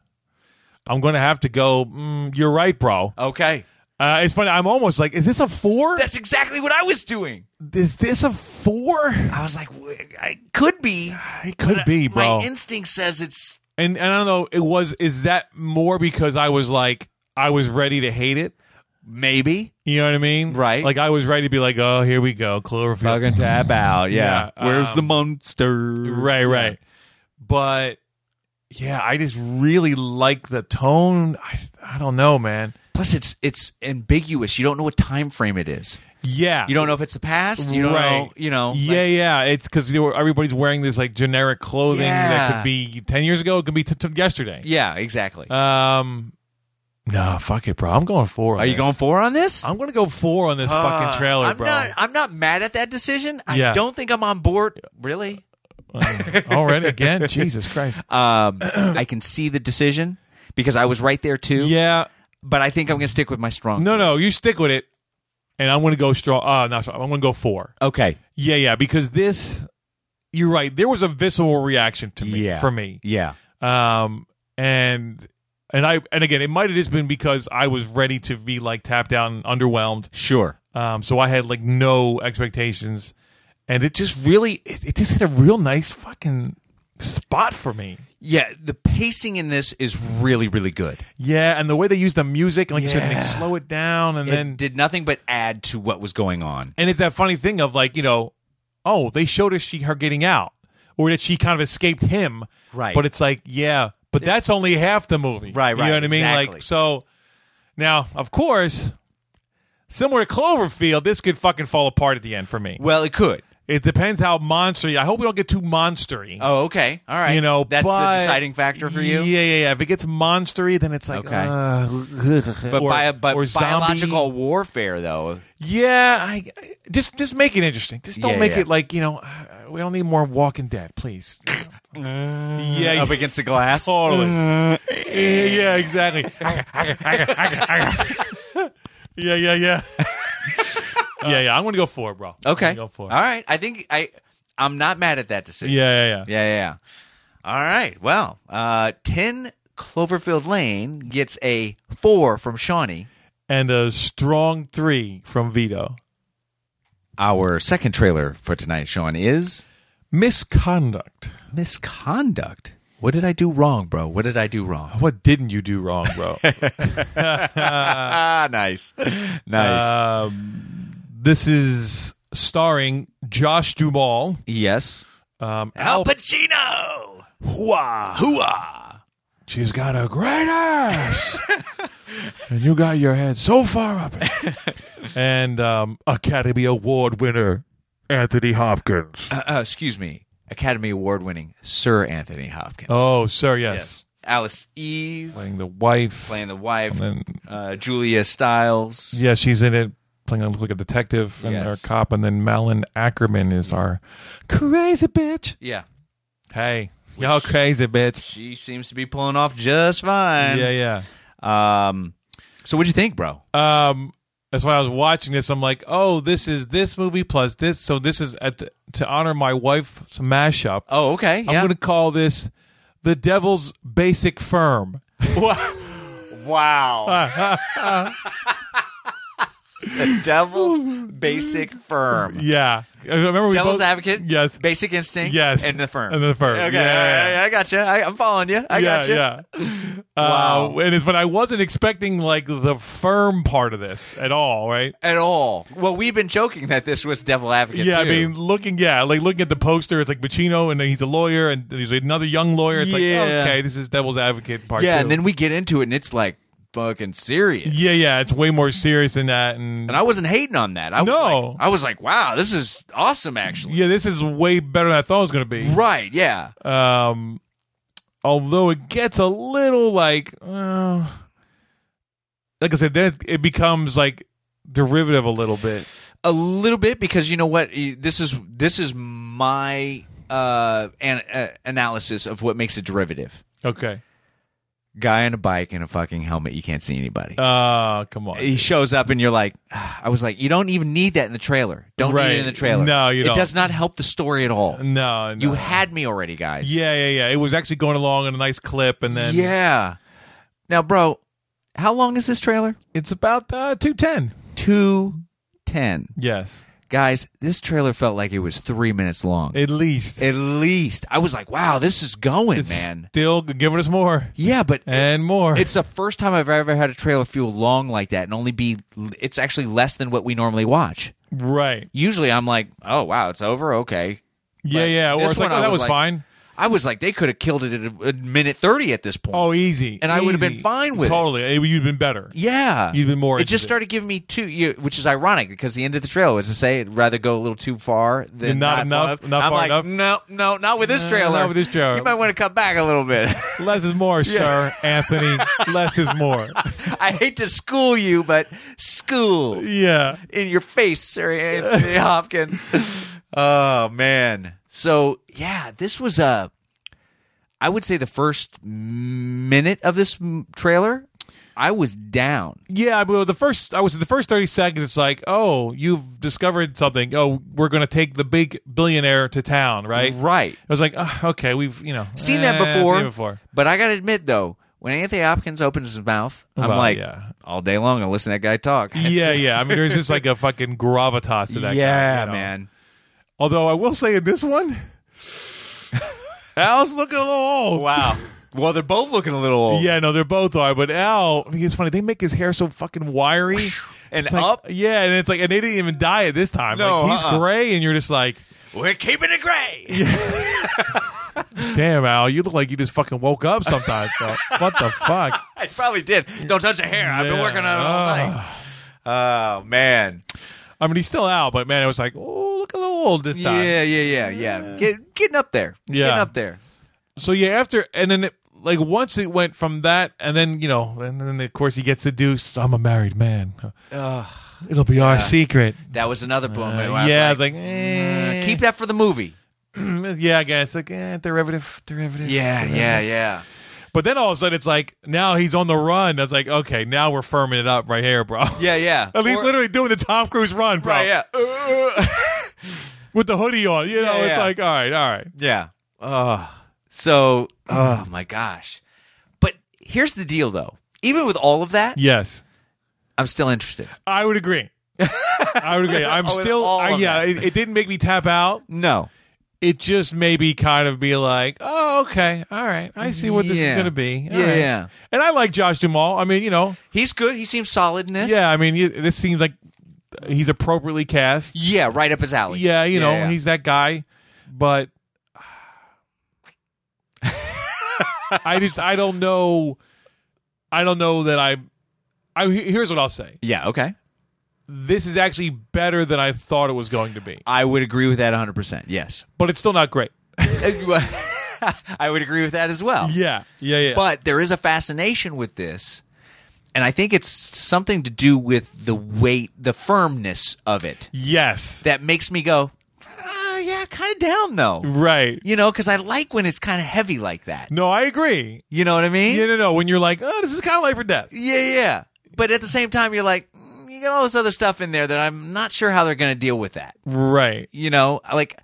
Speaker 2: I'm going to have to go, mm, you're right, bro.
Speaker 1: Okay,
Speaker 2: Uh, it's funny. I'm almost like, is this a four?
Speaker 1: that's exactly what I was doing.
Speaker 2: is this a four?
Speaker 1: I was like, w- I could be.
Speaker 2: It could be, bro.
Speaker 1: My instinct says it's.
Speaker 2: and, and I don't know. It was, is that more because I was like, I was ready to hate it?
Speaker 1: Maybe
Speaker 2: You know what I mean?
Speaker 1: Right.
Speaker 2: Like, I was ready to be like, oh, here we go. Cloverfield.
Speaker 1: tap out,
Speaker 2: yeah.
Speaker 1: Where's the
Speaker 2: Um,
Speaker 1: monster?
Speaker 2: Right, right. But yeah, I just really like the tone. I, I don't know, man.
Speaker 1: Plus, it's it's ambiguous. You don't know what time frame it is.
Speaker 2: Yeah.
Speaker 1: You don't know if it's the past. You don't know. You know. like-
Speaker 2: Yeah, yeah. It's because everybody's wearing this like generic clothing that
Speaker 1: Yeah.
Speaker 2: could be ten years ago. It could be t- t- yesterday.
Speaker 1: yeah. Exactly.
Speaker 2: Um, Nah, fuck it, bro. I'm going four. on
Speaker 1: Are you
Speaker 2: this.
Speaker 1: going four on this?
Speaker 2: I'm going to go four on this fucking trailer,
Speaker 1: I'm
Speaker 2: bro.
Speaker 1: not. I'm not mad at that decision. I
Speaker 2: Yeah.
Speaker 1: don't think I'm on board. Really?
Speaker 2: Already again? Jesus Christ.
Speaker 1: Um, I can see the decision because I was right there too.
Speaker 2: Yeah.
Speaker 1: But I think I'm going to stick with my strong.
Speaker 2: No, no. You stick with it, and I'm going to go strong. Uh, not strong. I'm going to go four.
Speaker 1: Okay.
Speaker 2: Yeah, yeah. Because this, you're right. There was a visceral reaction to me
Speaker 1: Yeah.
Speaker 2: for me.
Speaker 1: Yeah.
Speaker 2: um and and i and again it might have just been because i was ready to be like tapped out and underwhelmed
Speaker 1: Sure.
Speaker 2: um so i had like no expectations and it just really it, it just hit a real nice fucking spot for me
Speaker 1: Yeah. The pacing in this is really, really good.
Speaker 2: yeah and the way they used the music like you said they
Speaker 1: Yeah.
Speaker 2: slow it down and
Speaker 1: it
Speaker 2: then
Speaker 1: did nothing but add to what was going on.
Speaker 2: and it's that funny thing of like you know oh they showed us she her getting out or that she kind of escaped him
Speaker 1: Right.
Speaker 2: but it's like yeah but that's only half the movie
Speaker 1: Right,
Speaker 2: you
Speaker 1: right,
Speaker 2: know what i mean
Speaker 1: exactly.
Speaker 2: like so now of course similar to cloverfield this could fucking fall apart at the end for me
Speaker 1: Well, it could.
Speaker 2: it depends how monstery i hope we don't get too monstery
Speaker 1: Oh, okay. All right.
Speaker 2: you know
Speaker 1: that's
Speaker 2: but-
Speaker 1: the deciding factor for you.
Speaker 2: yeah yeah yeah if it gets monstery then it's like
Speaker 1: Okay.
Speaker 2: uh,
Speaker 1: But
Speaker 2: or-
Speaker 1: by but
Speaker 2: or zombie.
Speaker 1: biological warfare, though.
Speaker 2: Yeah, I, I- just just make it interesting. Just don't
Speaker 1: Yeah,
Speaker 2: make
Speaker 1: yeah.
Speaker 2: it like you know. uh, We don't need more Walking Dead, please. yeah,
Speaker 1: up against the glass.
Speaker 2: totally. yeah, yeah, exactly. yeah, yeah, yeah. yeah, yeah. I'm gonna go four, bro. I'm
Speaker 1: Okay.
Speaker 2: gonna go four.
Speaker 1: All right. I think I I'm not mad at that decision.
Speaker 2: Yeah, yeah, yeah.
Speaker 1: Yeah, yeah. yeah. All right. Well, uh 10 Cloverfield Lane gets a 4 from Shawnee.
Speaker 2: And a strong three from Vito.
Speaker 1: Our second trailer for tonight, Sean, is
Speaker 2: Misconduct.
Speaker 1: misconduct. What did I do wrong, bro? What did I do wrong?
Speaker 2: What didn't you do wrong, bro?
Speaker 1: Ah, nice. Nice.
Speaker 2: um, this is starring Josh Duhamel.
Speaker 1: yes.
Speaker 2: Um,
Speaker 1: Al Pacino. Hooah. Hooah.
Speaker 2: She's got a great ass. and you got your head so far up it. and um, Academy Award winner, Anthony Hopkins.
Speaker 1: Uh, uh, excuse me. Academy Award winning Sir Anthony Hopkins.
Speaker 2: Oh, sir, yes.
Speaker 1: Alice Eve
Speaker 2: Playing the wife.
Speaker 1: playing the wife.
Speaker 2: And
Speaker 1: uh, Julia Stiles.
Speaker 2: yeah, she's in it, playing like a detective and
Speaker 1: Yes.
Speaker 2: our cop. And then Malin Ackerman is our crazy bitch.
Speaker 1: Yeah.
Speaker 2: Hey, y'all crazy bitch.
Speaker 1: She seems to be pulling off just fine.
Speaker 2: Yeah,
Speaker 1: yeah. Um, so what'd you think, bro?
Speaker 2: yeah. Um, that's why I was watching this. I'm like, oh, this is this movie plus this. So this is at the, to honor my wife's mashup.
Speaker 1: oh, okay.
Speaker 2: I'm going to call this the devil's basic firm.
Speaker 1: wow. the devil's basic firm.
Speaker 2: Yeah, I remember we
Speaker 1: Devil's
Speaker 2: both-
Speaker 1: advocate.
Speaker 2: Yes,
Speaker 1: Basic instinct.
Speaker 2: Yes.
Speaker 1: And the firm.
Speaker 2: And the firm.
Speaker 1: Okay.
Speaker 2: Yeah, yeah,
Speaker 1: all right,
Speaker 2: yeah.
Speaker 1: I got you. I, I'm following you. I
Speaker 2: yeah,
Speaker 1: got you.
Speaker 2: yeah. wow. and it's but I wasn't expecting like the firm part of this at all, right?
Speaker 1: At all. Well, we've been joking that this was devil advocate.
Speaker 2: Yeah, I
Speaker 1: too.
Speaker 2: mean, looking, yeah, like looking at the poster, it's like Pacino, and then he's a lawyer, and he's another young lawyer. It's
Speaker 1: Yeah.
Speaker 2: like, okay, this is Devil's Advocate part.
Speaker 1: yeah.
Speaker 2: two.
Speaker 1: And then we get into it, and it's like fucking serious.
Speaker 2: yeah, yeah, it's way more serious than that, and,
Speaker 1: And I wasn't hating on that. I was
Speaker 2: No.
Speaker 1: like, I was like, wow, this is awesome, actually.
Speaker 2: yeah, this is way better than I thought it was going to be.
Speaker 1: Right, yeah.
Speaker 2: um although it gets a little like uh, like i said then it, it becomes like derivative a little bit
Speaker 1: a little bit because you know what Y- this is this is my uh, an, uh analysis of what makes a derivative.
Speaker 2: okay
Speaker 1: Guy on a bike in a fucking helmet, you can't see anybody.
Speaker 2: uh come on
Speaker 1: he shows up and you're like, ah, I was like, you don't even need that in the trailer. Don't need
Speaker 2: Right.
Speaker 1: it in the trailer.
Speaker 2: No, you
Speaker 1: it
Speaker 2: don't.
Speaker 1: does not help the story at all.
Speaker 2: no, no
Speaker 1: You had me already, guys.
Speaker 2: yeah yeah yeah it was actually going along in a nice clip and then
Speaker 1: yeah. Now, bro, how long is this trailer?
Speaker 2: it's about uh 210
Speaker 1: Two ten.
Speaker 2: yes
Speaker 1: guys this trailer felt like it was three minutes long
Speaker 2: at least
Speaker 1: at least i was like wow this is going
Speaker 2: it's
Speaker 1: man
Speaker 2: still giving us more
Speaker 1: yeah but
Speaker 2: and more
Speaker 1: it's the first time i've ever had a trailer feel long like that and only be it's actually less than what we normally watch
Speaker 2: right
Speaker 1: usually i'm like oh wow it's over okay
Speaker 2: yeah yeah or
Speaker 1: this
Speaker 2: it's like
Speaker 1: one
Speaker 2: oh,
Speaker 1: I
Speaker 2: that
Speaker 1: was
Speaker 2: was
Speaker 1: like-
Speaker 2: fine
Speaker 1: I was like, they could have killed it at a, a minute thirty at this point.
Speaker 2: Oh, easy.
Speaker 1: And I would have
Speaker 2: Easy.
Speaker 1: been fine with it.
Speaker 2: totally. Eh, You'd been better.
Speaker 1: Yeah,
Speaker 2: You'd been more
Speaker 1: It just
Speaker 2: interested.
Speaker 1: started giving me two, you, which is ironic because the end of the trailer was to say I'd rather go a little too far than
Speaker 2: Not enough, not
Speaker 1: I'm
Speaker 2: far
Speaker 1: like,
Speaker 2: enough.
Speaker 1: no, no, not with this
Speaker 2: No,
Speaker 1: trailer.
Speaker 2: not with this trailer.
Speaker 1: You might want to cut back a little bit.
Speaker 2: Less is more, sir. Anthony, less is more.
Speaker 1: I hate to school you, but school
Speaker 2: Yeah.
Speaker 1: in your face, Sir Anthony Hopkins. Oh man. So yeah, this was a. I would say the first minute of this m- trailer, I was down.
Speaker 2: Yeah, well, the first I was the first thirty seconds. It's like, oh, you've discovered something. Oh, we're gonna take the big billionaire to town, right?
Speaker 1: Right.
Speaker 2: I was like, oh, okay, we've you know
Speaker 1: seen
Speaker 2: eh,
Speaker 1: that before.
Speaker 2: Seen it before.
Speaker 1: But I gotta admit though, when Anthony Hopkins opens his mouth, I'm
Speaker 2: Well,
Speaker 1: like
Speaker 2: yeah.
Speaker 1: all day long I listen to that guy talk.
Speaker 2: Yeah, yeah. I mean, there's just like a fucking gravitas to that. guy,
Speaker 1: yeah,
Speaker 2: you know?
Speaker 1: man.
Speaker 2: Although I will say in this one, Al's looking a little old.
Speaker 1: Wow. well, they're both looking a little old.
Speaker 2: Yeah, no, they're both are. But Al, it's funny. They make his hair so fucking wiry
Speaker 1: And
Speaker 2: It's like-
Speaker 1: up.
Speaker 2: Yeah, and it's like, and they didn't even dye it this time.
Speaker 1: No,
Speaker 2: like, he's
Speaker 1: uh-uh.
Speaker 2: gray, and you're just like,
Speaker 1: We're keeping it gray.
Speaker 2: damn, Al, you look like you just fucking woke up sometimes. so, what the fuck?
Speaker 1: I probably did. Don't touch the hair. I've been
Speaker 2: Yeah.
Speaker 1: working on it all night. Oh man.
Speaker 2: I mean, he's still Al, but man, it was like, oh, look a little old this time.
Speaker 1: Yeah, yeah, yeah, yeah. Get, getting up there.
Speaker 2: Yeah.
Speaker 1: Getting up there.
Speaker 2: So yeah, after and then it, like once it went from that, and then you know, and then of course he gets seduced. I'm a married man. It'll be our secret. Uh,
Speaker 1: That was another moment. where I was
Speaker 2: yeah, I
Speaker 1: like,
Speaker 2: was like, eh.
Speaker 1: uh, keep that for the movie.
Speaker 2: Yeah, I guess like eh, derivative, derivative.
Speaker 1: Yeah, yeah, yeah.
Speaker 2: But then all of a sudden, it's like now he's on the run. That's like okay, now we're firming it up right here, bro.
Speaker 1: Yeah, yeah.
Speaker 2: At least
Speaker 1: Or-
Speaker 2: literally doing the Tom Cruise run, bro.
Speaker 1: Right, yeah.
Speaker 2: With the hoodie on, you know,
Speaker 1: Yeah,
Speaker 2: it's
Speaker 1: yeah.
Speaker 2: like all right, all right.
Speaker 1: Yeah. Uh, so, oh my gosh. But here's the deal, though. Even with all of that,
Speaker 2: Yes,
Speaker 1: I'm still interested.
Speaker 2: I would agree. I would agree. I'm
Speaker 1: With
Speaker 2: still,
Speaker 1: all
Speaker 2: I,
Speaker 1: of
Speaker 2: yeah.
Speaker 1: that.
Speaker 2: It, it didn't make me tap out.
Speaker 1: No.
Speaker 2: It just maybe kind of be like, oh, okay, all right. I see what this is
Speaker 1: Yeah.
Speaker 2: going to be. All
Speaker 1: Yeah,
Speaker 2: right.
Speaker 1: yeah.
Speaker 2: And I like Josh Duhamel. I mean, you know,
Speaker 1: He's good. He seems solid in this.
Speaker 2: yeah. I mean, you- this seems like he's appropriately cast.
Speaker 1: Yeah, right up his alley.
Speaker 2: Yeah, you know,
Speaker 1: yeah.
Speaker 2: he's that guy. But I just I don't know I don't know that I I here's what I'll say.
Speaker 1: Yeah, okay.
Speaker 2: This is actually better than I thought it was going to be.
Speaker 1: I would agree with that 100%. Yes.
Speaker 2: But it's still not great.
Speaker 1: I would agree with that as well.
Speaker 2: Yeah. Yeah, yeah.
Speaker 1: But there is a fascination with this. And I think it's something to do with the weight, the firmness of it
Speaker 2: yes.
Speaker 1: that makes me go, "Ah, yeah, kind of down though.
Speaker 2: right.
Speaker 1: You know, because I like when it's kind of heavy like that.
Speaker 2: No, I agree.
Speaker 1: You know what I mean?
Speaker 2: Yeah, no, no. When you're like, oh, this is kind of life or death.
Speaker 1: yeah, yeah. But at the same time, you're like, "Mm, you got all this other stuff in there that I'm not sure how they're going to deal with that.
Speaker 2: Right.
Speaker 1: You know, like,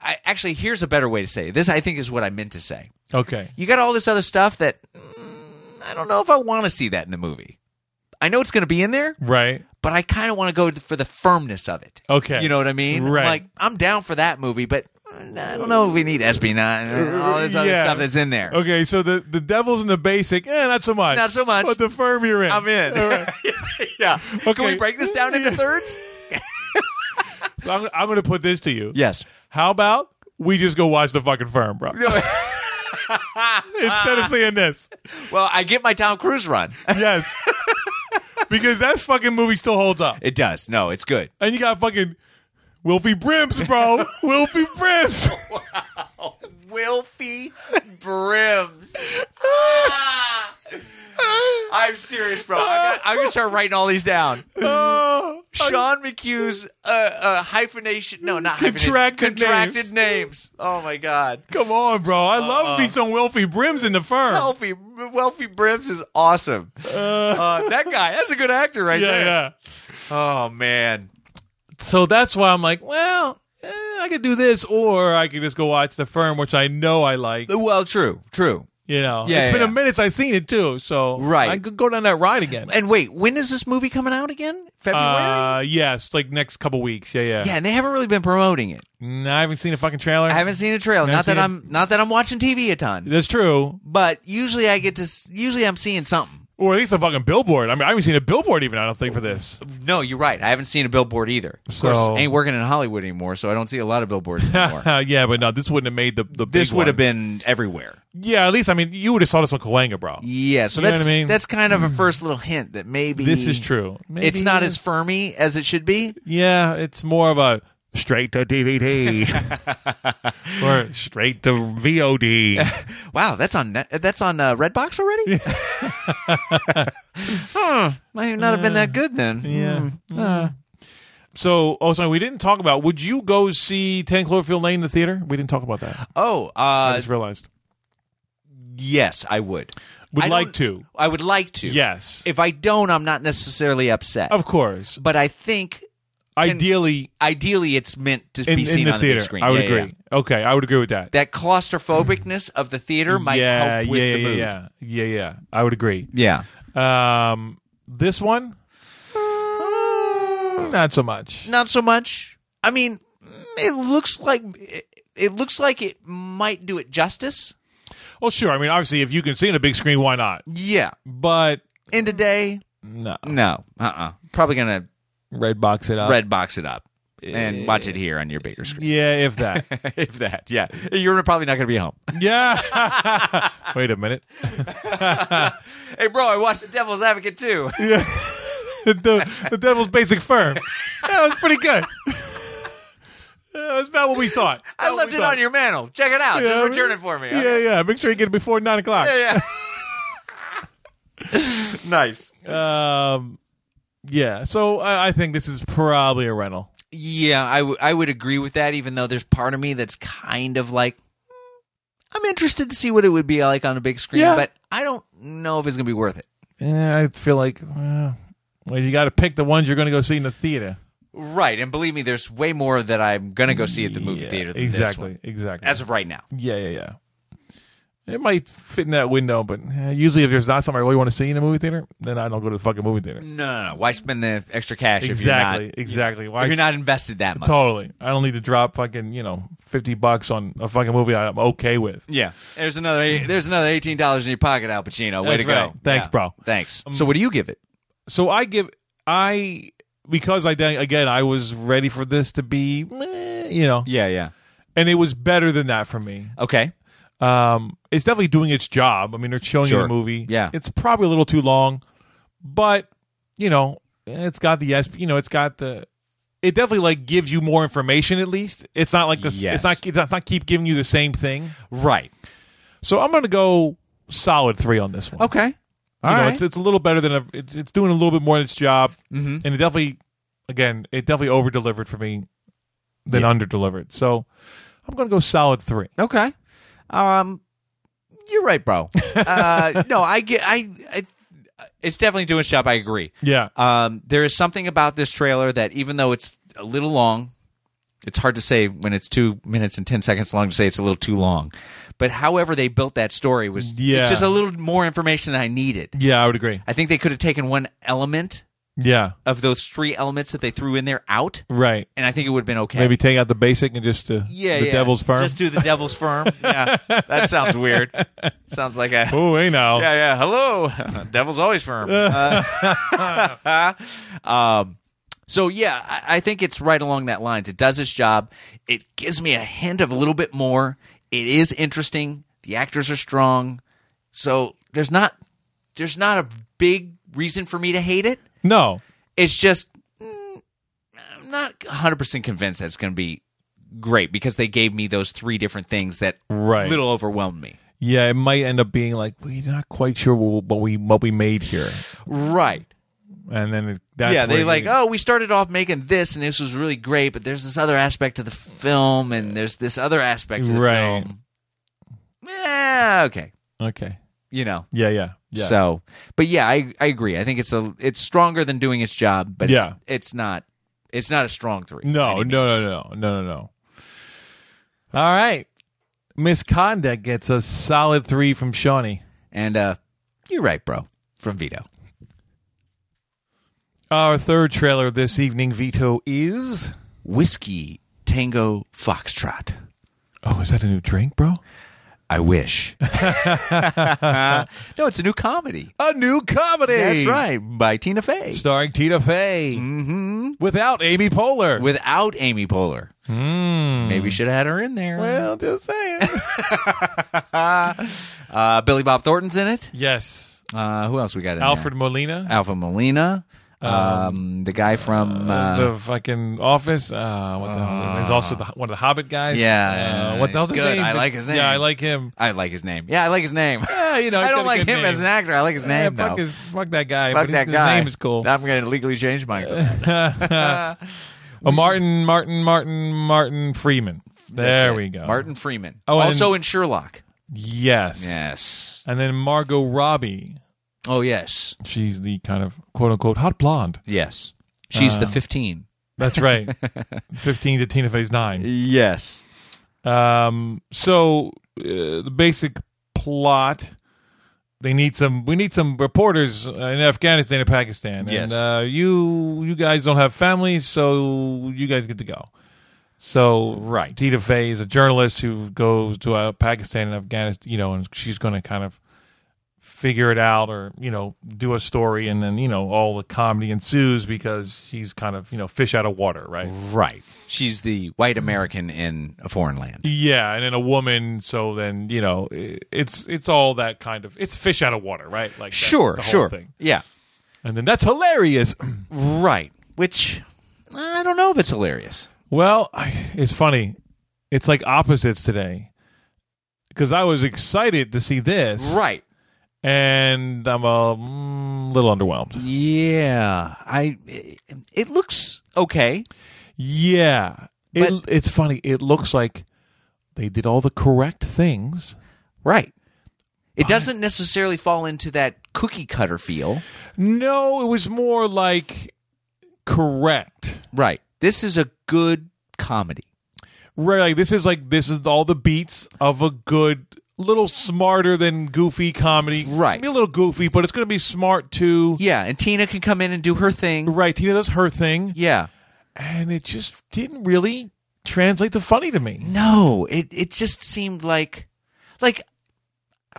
Speaker 1: I actually, here's a better way to say it. this. I think is what I meant to say.
Speaker 2: Okay.
Speaker 1: You got all this other stuff that mm, I don't know if I want to see that in the movie. I know it's going to be in there,
Speaker 2: Right.
Speaker 1: but I kind of want to go th- for the firmness of it.
Speaker 2: Okay.
Speaker 1: you know what I mean?
Speaker 2: Right.
Speaker 1: Like, I'm down for that movie, but mm, I don't know if we need SB9 and all this other
Speaker 2: Yeah.
Speaker 1: stuff that's in there.
Speaker 2: Okay, so the, the devil's in the basic, eh, not so much.
Speaker 1: Not so much.
Speaker 2: But the firm you're in.
Speaker 1: I'm in.
Speaker 2: All right.
Speaker 1: yeah. Can
Speaker 2: Okay.
Speaker 1: we break this down into thirds?
Speaker 2: So I'm, I'm going to put this to you.
Speaker 1: Yes.
Speaker 2: How about we just go watch the fucking firm, bro? Instead of saying this.
Speaker 1: Well, I get my Tom Cruise run.
Speaker 2: Yes. because that fucking movie still holds up.
Speaker 1: It does. No, it's good.
Speaker 2: And you got fucking Wilfie Brims, bro. Wilfie Brims.
Speaker 1: Wilfie Brims. I'm serious, bro. I'm gonna, I'm gonna start writing all these down.
Speaker 2: Oh,
Speaker 1: Sean McHugh's uh, uh, hyphenation. No, not hyphenation.
Speaker 2: Contracted
Speaker 1: Contracted names. Oh my God.
Speaker 2: come on, bro. I
Speaker 1: Uh-uh.
Speaker 2: love me some Wilfie Brims in the firm.
Speaker 1: Wealthy, Wealthy Brims is awesome. Uh, that guy, that's a good actor right
Speaker 2: yeah,
Speaker 1: there.
Speaker 2: yeah.
Speaker 1: Oh man.
Speaker 2: So that's why I'm like, well, eh, I could do this, or I could just go watch the firm, which I know I like.
Speaker 1: Uh, Well, true, true.
Speaker 2: You know,
Speaker 1: Yeah,
Speaker 2: it's
Speaker 1: yeah,
Speaker 2: been a
Speaker 1: yeah.
Speaker 2: minute since I've seen it too, so
Speaker 1: Right.
Speaker 2: I could go down that ride again.
Speaker 1: And wait, when is this movie coming out again? February.
Speaker 2: Uh, yes, like next couple weeks. Yeah, yeah.
Speaker 1: yeah, and they haven't really been promoting it.
Speaker 2: Mm, I haven't seen a fucking trailer.
Speaker 1: I haven't seen a trailer.
Speaker 2: Haven't
Speaker 1: Not that
Speaker 2: seen it?
Speaker 1: I'm not that I'm watching TV a ton,
Speaker 2: That's true.
Speaker 1: but usually I get to. s- Usually I'm seeing something.
Speaker 2: Or at least a fucking billboard. I mean, I haven't seen a billboard even. I don't think for this.
Speaker 1: No, you're right. I haven't seen a billboard either. Of course,
Speaker 2: So-
Speaker 1: I ain't working in Hollywood anymore, so I don't see a lot of billboards anymore.
Speaker 2: yeah, but no, this wouldn't have made the the.
Speaker 1: this
Speaker 2: big
Speaker 1: would have
Speaker 2: one.
Speaker 1: been everywhere.
Speaker 2: Yeah, at least I mean, you would have saw this on Kalanga, bro.
Speaker 1: Yeah, so
Speaker 2: You know
Speaker 1: that's
Speaker 2: what I mean? Hmm.
Speaker 1: that's kind of a first little hint that maybe
Speaker 2: This is true.
Speaker 1: it's
Speaker 2: Maybe-
Speaker 1: not as firmy as it should be.
Speaker 2: Yeah, it's more of a straight to DVD or straight to VOD.
Speaker 1: Wow, that's on Net- that's on uh, Redbox already. huh, might not have been that good then. Hmm.
Speaker 2: Yeah. So, oh, sorry, we didn't talk about. Would you go see Ten Cloverfield Lane in the theater? We didn't talk about that.
Speaker 1: Oh,
Speaker 2: I
Speaker 1: uh,
Speaker 2: just realized.
Speaker 1: yes, I would.
Speaker 2: Would
Speaker 1: I
Speaker 2: like
Speaker 1: don't-
Speaker 2: to.
Speaker 1: I would like to.
Speaker 2: Yes,
Speaker 1: If I don't, I'm not necessarily upset.
Speaker 2: of course.
Speaker 1: But I think
Speaker 2: Ideally,
Speaker 1: ideally it's meant to
Speaker 2: in,
Speaker 1: be
Speaker 2: in
Speaker 1: seen
Speaker 2: the
Speaker 1: on the
Speaker 2: theater,
Speaker 1: big screen.
Speaker 2: I would
Speaker 1: Yeah,
Speaker 2: agree.
Speaker 1: yeah.
Speaker 2: Okay, I would agree with that.
Speaker 1: That claustrophobicness of the theater might
Speaker 2: yeah,
Speaker 1: help with
Speaker 2: yeah,
Speaker 1: the mood.
Speaker 2: yeah, yeah, yeah, yeah. I would agree.
Speaker 1: yeah.
Speaker 2: Um, this one, Mm, not so much.
Speaker 1: not so much. I mean, it looks like it, it looks like it might do it justice.
Speaker 2: Well, sure. I mean, obviously, if you can see it on a big screen, why not?
Speaker 1: Yeah.
Speaker 2: But
Speaker 1: In today,
Speaker 2: no,
Speaker 1: no, uh, uh probably gonna
Speaker 2: red box it up.
Speaker 1: red box it up and watch it here on your bigger screen.
Speaker 2: Yeah, if that.
Speaker 1: if that, yeah, you're probably not gonna be home.
Speaker 2: yeah. Wait a minute.
Speaker 1: hey, bro, I watched The Devil's Advocate too.
Speaker 2: the, the devil's basic firm. That was pretty good. Yeah, That's about what we thought.
Speaker 1: I
Speaker 2: About
Speaker 1: left
Speaker 2: what
Speaker 1: it
Speaker 2: we
Speaker 1: on your mantle. Check it
Speaker 2: thought.
Speaker 1: out. Just
Speaker 2: Yeah,
Speaker 1: return it for me.
Speaker 2: Yeah, yeah. Make sure you get it before nine o'clock.
Speaker 1: yeah. nice.
Speaker 2: Um, yeah. So I, I think this is probably a rental.
Speaker 1: Yeah, I, w- I would agree with that, even though there's part of me that's kind of like, mm, I'm interested to see what it would be like on a big screen,
Speaker 2: Yeah.
Speaker 1: but I don't know if it's going to be worth it.
Speaker 2: Yeah, I feel like uh, well, you got to pick the ones you're going to go see in the theater.
Speaker 1: Right. And believe me, there's way more that I'm going to go see at the movie
Speaker 2: Yeah,
Speaker 1: theater than this
Speaker 2: Exactly.
Speaker 1: one,
Speaker 2: Exactly.
Speaker 1: as of right now.
Speaker 2: yeah, yeah, yeah. It might fit in that window, but uh, usually if there's not something I really want to see in the movie theater, then I don't go to the fucking movie theater.
Speaker 1: No, no, no. Why spend the extra cash
Speaker 2: exactly.
Speaker 1: if you're not,
Speaker 2: exactly. Why
Speaker 1: if you're not invested that much?
Speaker 2: Totally. I don't need to drop fucking, you know, 50 bucks on a fucking movie I'm okay with.
Speaker 1: Yeah. There's another there's another $18 in your pocket, Al Pacino. Way
Speaker 2: That's
Speaker 1: to go.
Speaker 2: right. Thanks,
Speaker 1: Yeah.
Speaker 2: bro.
Speaker 1: Thanks. Um, so what do you give it?
Speaker 2: So I give, I, because I, dang- again, I was ready for this to be, meh, you know,
Speaker 1: Yeah, yeah.
Speaker 2: and it was better than that for me.
Speaker 1: Okay.
Speaker 2: Um, it's definitely doing its job. I mean, they're showing you
Speaker 1: Sure.
Speaker 2: the movie.
Speaker 1: Yeah.
Speaker 2: It's probably a little too long, but, you know, it's got the, yes, you know, it's got the, it definitely like gives you more information at least. It's not like this, it's
Speaker 1: Yes.
Speaker 2: not, it's not keep giving you the same thing.
Speaker 1: Right.
Speaker 2: So I'm going to go solid three on this one.
Speaker 1: Okay.
Speaker 2: You
Speaker 1: All
Speaker 2: know,
Speaker 1: right.
Speaker 2: it's it's a little better than a, it's it's doing a little bit more than its job,
Speaker 1: Mm-hmm.
Speaker 2: and it definitely, again, it definitely over delivered for me than under delivered. So I'm going to go solid three.
Speaker 1: Okay. Um, you're right, bro. uh, no, I get. I, I. It's definitely doing its job. I agree.
Speaker 2: Yeah,
Speaker 1: Um, there is something about this trailer that, even though it's a little long, it's hard to say when it's two minutes and ten seconds long to say it's a little too long. But however they built that story was
Speaker 2: Yeah.
Speaker 1: it's just a little more information than I needed.
Speaker 2: yeah, I would agree.
Speaker 1: I think they could have taken one element
Speaker 2: Yeah,
Speaker 1: of those three elements that they threw in there out,
Speaker 2: right.
Speaker 1: and I think it would have been okay.
Speaker 2: Maybe take out the basic and just uh,
Speaker 1: yeah,
Speaker 2: the
Speaker 1: yeah.
Speaker 2: devil's firm.
Speaker 1: Just do the devil's firm. yeah, that sounds weird. Sounds like a
Speaker 2: oh, hey now,
Speaker 1: yeah, yeah. Hello, devil's always firm. Uh, um, so yeah, I, I think it's right along that lines. It does its job. It gives me a hint of a little bit more. It is interesting. The actors are strong. So there's not there's not a big reason for me to hate it.
Speaker 2: no,
Speaker 1: It's just mm, I'm not 100 percent convinced that it's going to be great because they gave me those three different things that
Speaker 2: Right.
Speaker 1: little overwhelmed me.
Speaker 2: yeah, it might end up being like we're not quite sure what we what we made here,
Speaker 1: Right.
Speaker 2: and then it, that's
Speaker 1: yeah, they
Speaker 2: where
Speaker 1: like,
Speaker 2: you-
Speaker 1: oh, we started off making this, and this was really great, but there's this other aspect to the film, and there's this other aspect to the
Speaker 2: Right.
Speaker 1: film. Yeah, okay,
Speaker 2: okay,
Speaker 1: you know.
Speaker 2: yeah, yeah, yeah.
Speaker 1: So, but yeah, I, I agree. I think it's a it's stronger than doing its job, but
Speaker 2: Yeah.
Speaker 1: it's, it's not it's not a strong three. by
Speaker 2: No,
Speaker 1: any
Speaker 2: no, no,
Speaker 1: means.
Speaker 2: no, no, no, no. All right. Misconduct gets a solid three from Shawnee.
Speaker 1: And uh, you're right, bro. From Vito.
Speaker 2: Our third trailer this evening, Vito, is.
Speaker 1: Whiskey Tango Foxtrot.
Speaker 2: Oh, is that a new drink, bro?
Speaker 1: I I wish. no, it's a new comedy.
Speaker 2: A new comedy.
Speaker 1: That's right, by Tina Fey.
Speaker 2: Starring Tina Fey. Mm-hmm. Without Amy Poehler.
Speaker 1: Without Amy Poehler. Maybe should have had her in there.
Speaker 2: Hmm. well, just saying.
Speaker 1: Uh, Billy Bob Thornton's in it.
Speaker 2: yes.
Speaker 1: Uh, who else we got in
Speaker 2: Alfred
Speaker 1: there?
Speaker 2: Molina.
Speaker 1: Alfred Molina. Um, the guy from. Uh,
Speaker 2: the fucking office. Uh, what the hell? He's also the, one of the Hobbit guys.
Speaker 1: Yeah,
Speaker 2: Uh, what the hell's
Speaker 1: he's
Speaker 2: his
Speaker 1: good.
Speaker 2: name?
Speaker 1: I like
Speaker 2: It's-
Speaker 1: his name.
Speaker 2: Yeah, I like him.
Speaker 1: I like his name. Yeah, I like his name.
Speaker 2: Yeah, you know, he's
Speaker 1: I
Speaker 2: got
Speaker 1: don't
Speaker 2: a
Speaker 1: like him
Speaker 2: good name.
Speaker 1: as an actor. I like his
Speaker 2: Yeah,
Speaker 1: name.
Speaker 2: fuck,
Speaker 1: though.
Speaker 2: his, fuck that guy.
Speaker 1: Fuck
Speaker 2: but
Speaker 1: that
Speaker 2: his,
Speaker 1: guy.
Speaker 2: His name is cool.
Speaker 1: I'm going to legally change mine. to that.
Speaker 2: Oh, Martin, Martin, Martin, Martin Freeman.
Speaker 1: That's
Speaker 2: There
Speaker 1: it.
Speaker 2: we go.
Speaker 1: Martin Freeman.
Speaker 2: Oh, and-
Speaker 1: also in Sherlock.
Speaker 2: Yes.
Speaker 1: Yes.
Speaker 2: And then Margot Robbie.
Speaker 1: Oh, yes.
Speaker 2: She's the kind of quote unquote hot blonde.
Speaker 1: Yes. She's
Speaker 2: Uh,
Speaker 1: the 15.
Speaker 2: That's right. 15 to Tina Fey's 9.
Speaker 1: Yes.
Speaker 2: Um, so uh, the basic plot. They need some. We need some reporters in Afghanistan and Pakistan.
Speaker 1: Yes.
Speaker 2: And uh, you, you guys don't have families, so you guys get to go. So right, Tita Fey is a journalist who goes to uh, Pakistan and Afghanistan. You know, and she's going to kind of figure it out, or you know, do a story, and then you know, all the comedy ensues because she's kind of you know fish out of water, right?
Speaker 1: Right. She's the white American in a foreign land.
Speaker 2: Yeah, and then a woman. So then you know, i- it's it's all that kind of it's fish out of water, right? Like that's
Speaker 1: Sure,
Speaker 2: the whole
Speaker 1: sure.
Speaker 2: thing.
Speaker 1: Yeah.
Speaker 2: And then that's hilarious.
Speaker 1: Right. Which I don't know if it's hilarious.
Speaker 2: well, I, it's funny. It's like opposites today because I was excited to see this,
Speaker 1: Right.
Speaker 2: And I'm a mm, little underwhelmed.
Speaker 1: Yeah. I it, it looks okay.
Speaker 2: Yeah, it,
Speaker 1: But-
Speaker 2: it's funny. It looks like they did all the correct things.
Speaker 1: Right. It doesn't necessarily fall into that cookie cutter feel.
Speaker 2: No, it was more like correct.
Speaker 1: Right. This is a good comedy.
Speaker 2: Right, like this is like this is all the beats of a good little smarter than goofy comedy.
Speaker 1: Right.
Speaker 2: It's gonna be a little goofy, but it's gonna be smart too.
Speaker 1: Yeah, and Tina can come in and do her thing.
Speaker 2: Right, Tina does her thing.
Speaker 1: Yeah.
Speaker 2: And it just didn't really translate to funny to me.
Speaker 1: No, it it just seemed like like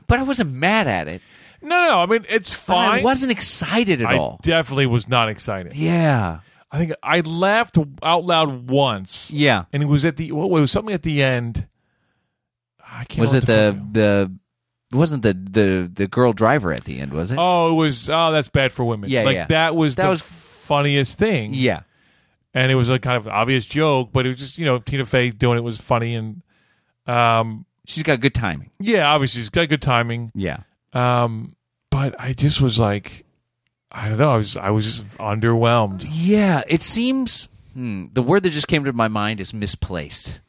Speaker 1: but I wasn't mad at it.
Speaker 2: No, no, I mean it's
Speaker 1: But
Speaker 2: fine.
Speaker 1: I wasn't excited at
Speaker 2: I
Speaker 1: all.
Speaker 2: definitely was not excited.
Speaker 1: yeah.
Speaker 2: I think I laughed out loud once.
Speaker 1: Yeah.
Speaker 2: And it was at the what it was something at the end. I can't
Speaker 1: Was it
Speaker 2: remember
Speaker 1: the the it wasn't the the the girl driver at the end, was it?
Speaker 2: Oh, it was oh that's bad for women.
Speaker 1: Yeah,
Speaker 2: like
Speaker 1: yeah.
Speaker 2: that was
Speaker 1: That
Speaker 2: the
Speaker 1: was-
Speaker 2: funniest thing.
Speaker 1: yeah.
Speaker 2: and it was a kind of obvious joke, but it was just you know Tina Fey doing it was funny and um
Speaker 1: She's got good timing.
Speaker 2: yeah obviously she's got good timing
Speaker 1: Yeah.
Speaker 2: um but I just was like I don't know I was I was just underwhelmed
Speaker 1: Yeah, it seems hmm, the word that just came to my mind is misplaced.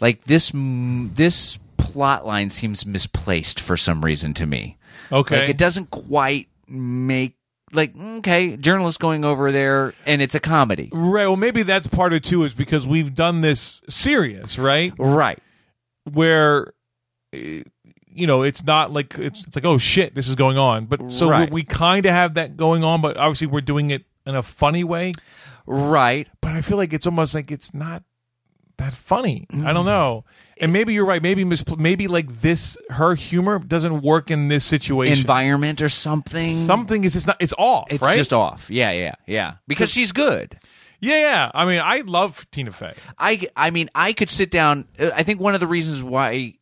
Speaker 1: Like this m- this plot line seems misplaced for some reason to me.
Speaker 2: okay
Speaker 1: Like it doesn't quite make like okay, journalist going over there and it's a comedy.
Speaker 2: right well maybe that's part of it too is because we've done this serious right
Speaker 1: Right.
Speaker 2: where eh, you know it's not like it's, it's like oh shit this is going on but so
Speaker 1: Right.
Speaker 2: we, we kind of have that going on but obviously we're doing it in a funny way
Speaker 1: Right.
Speaker 2: but I feel like it's almost like it's not that funny. I
Speaker 1: Mm.
Speaker 2: don't know. And maybe you're right. Maybe mis- maybe like this, her humor doesn't work in this situation.
Speaker 1: Environment or something.
Speaker 2: Something is it's not. It's off.
Speaker 1: it's
Speaker 2: right?
Speaker 1: just off. Yeah, yeah, yeah. Because she's good.
Speaker 2: yeah, yeah. I mean, I love Tina Fey.
Speaker 1: I I mean, I could sit down. uh, I think one of the reasons why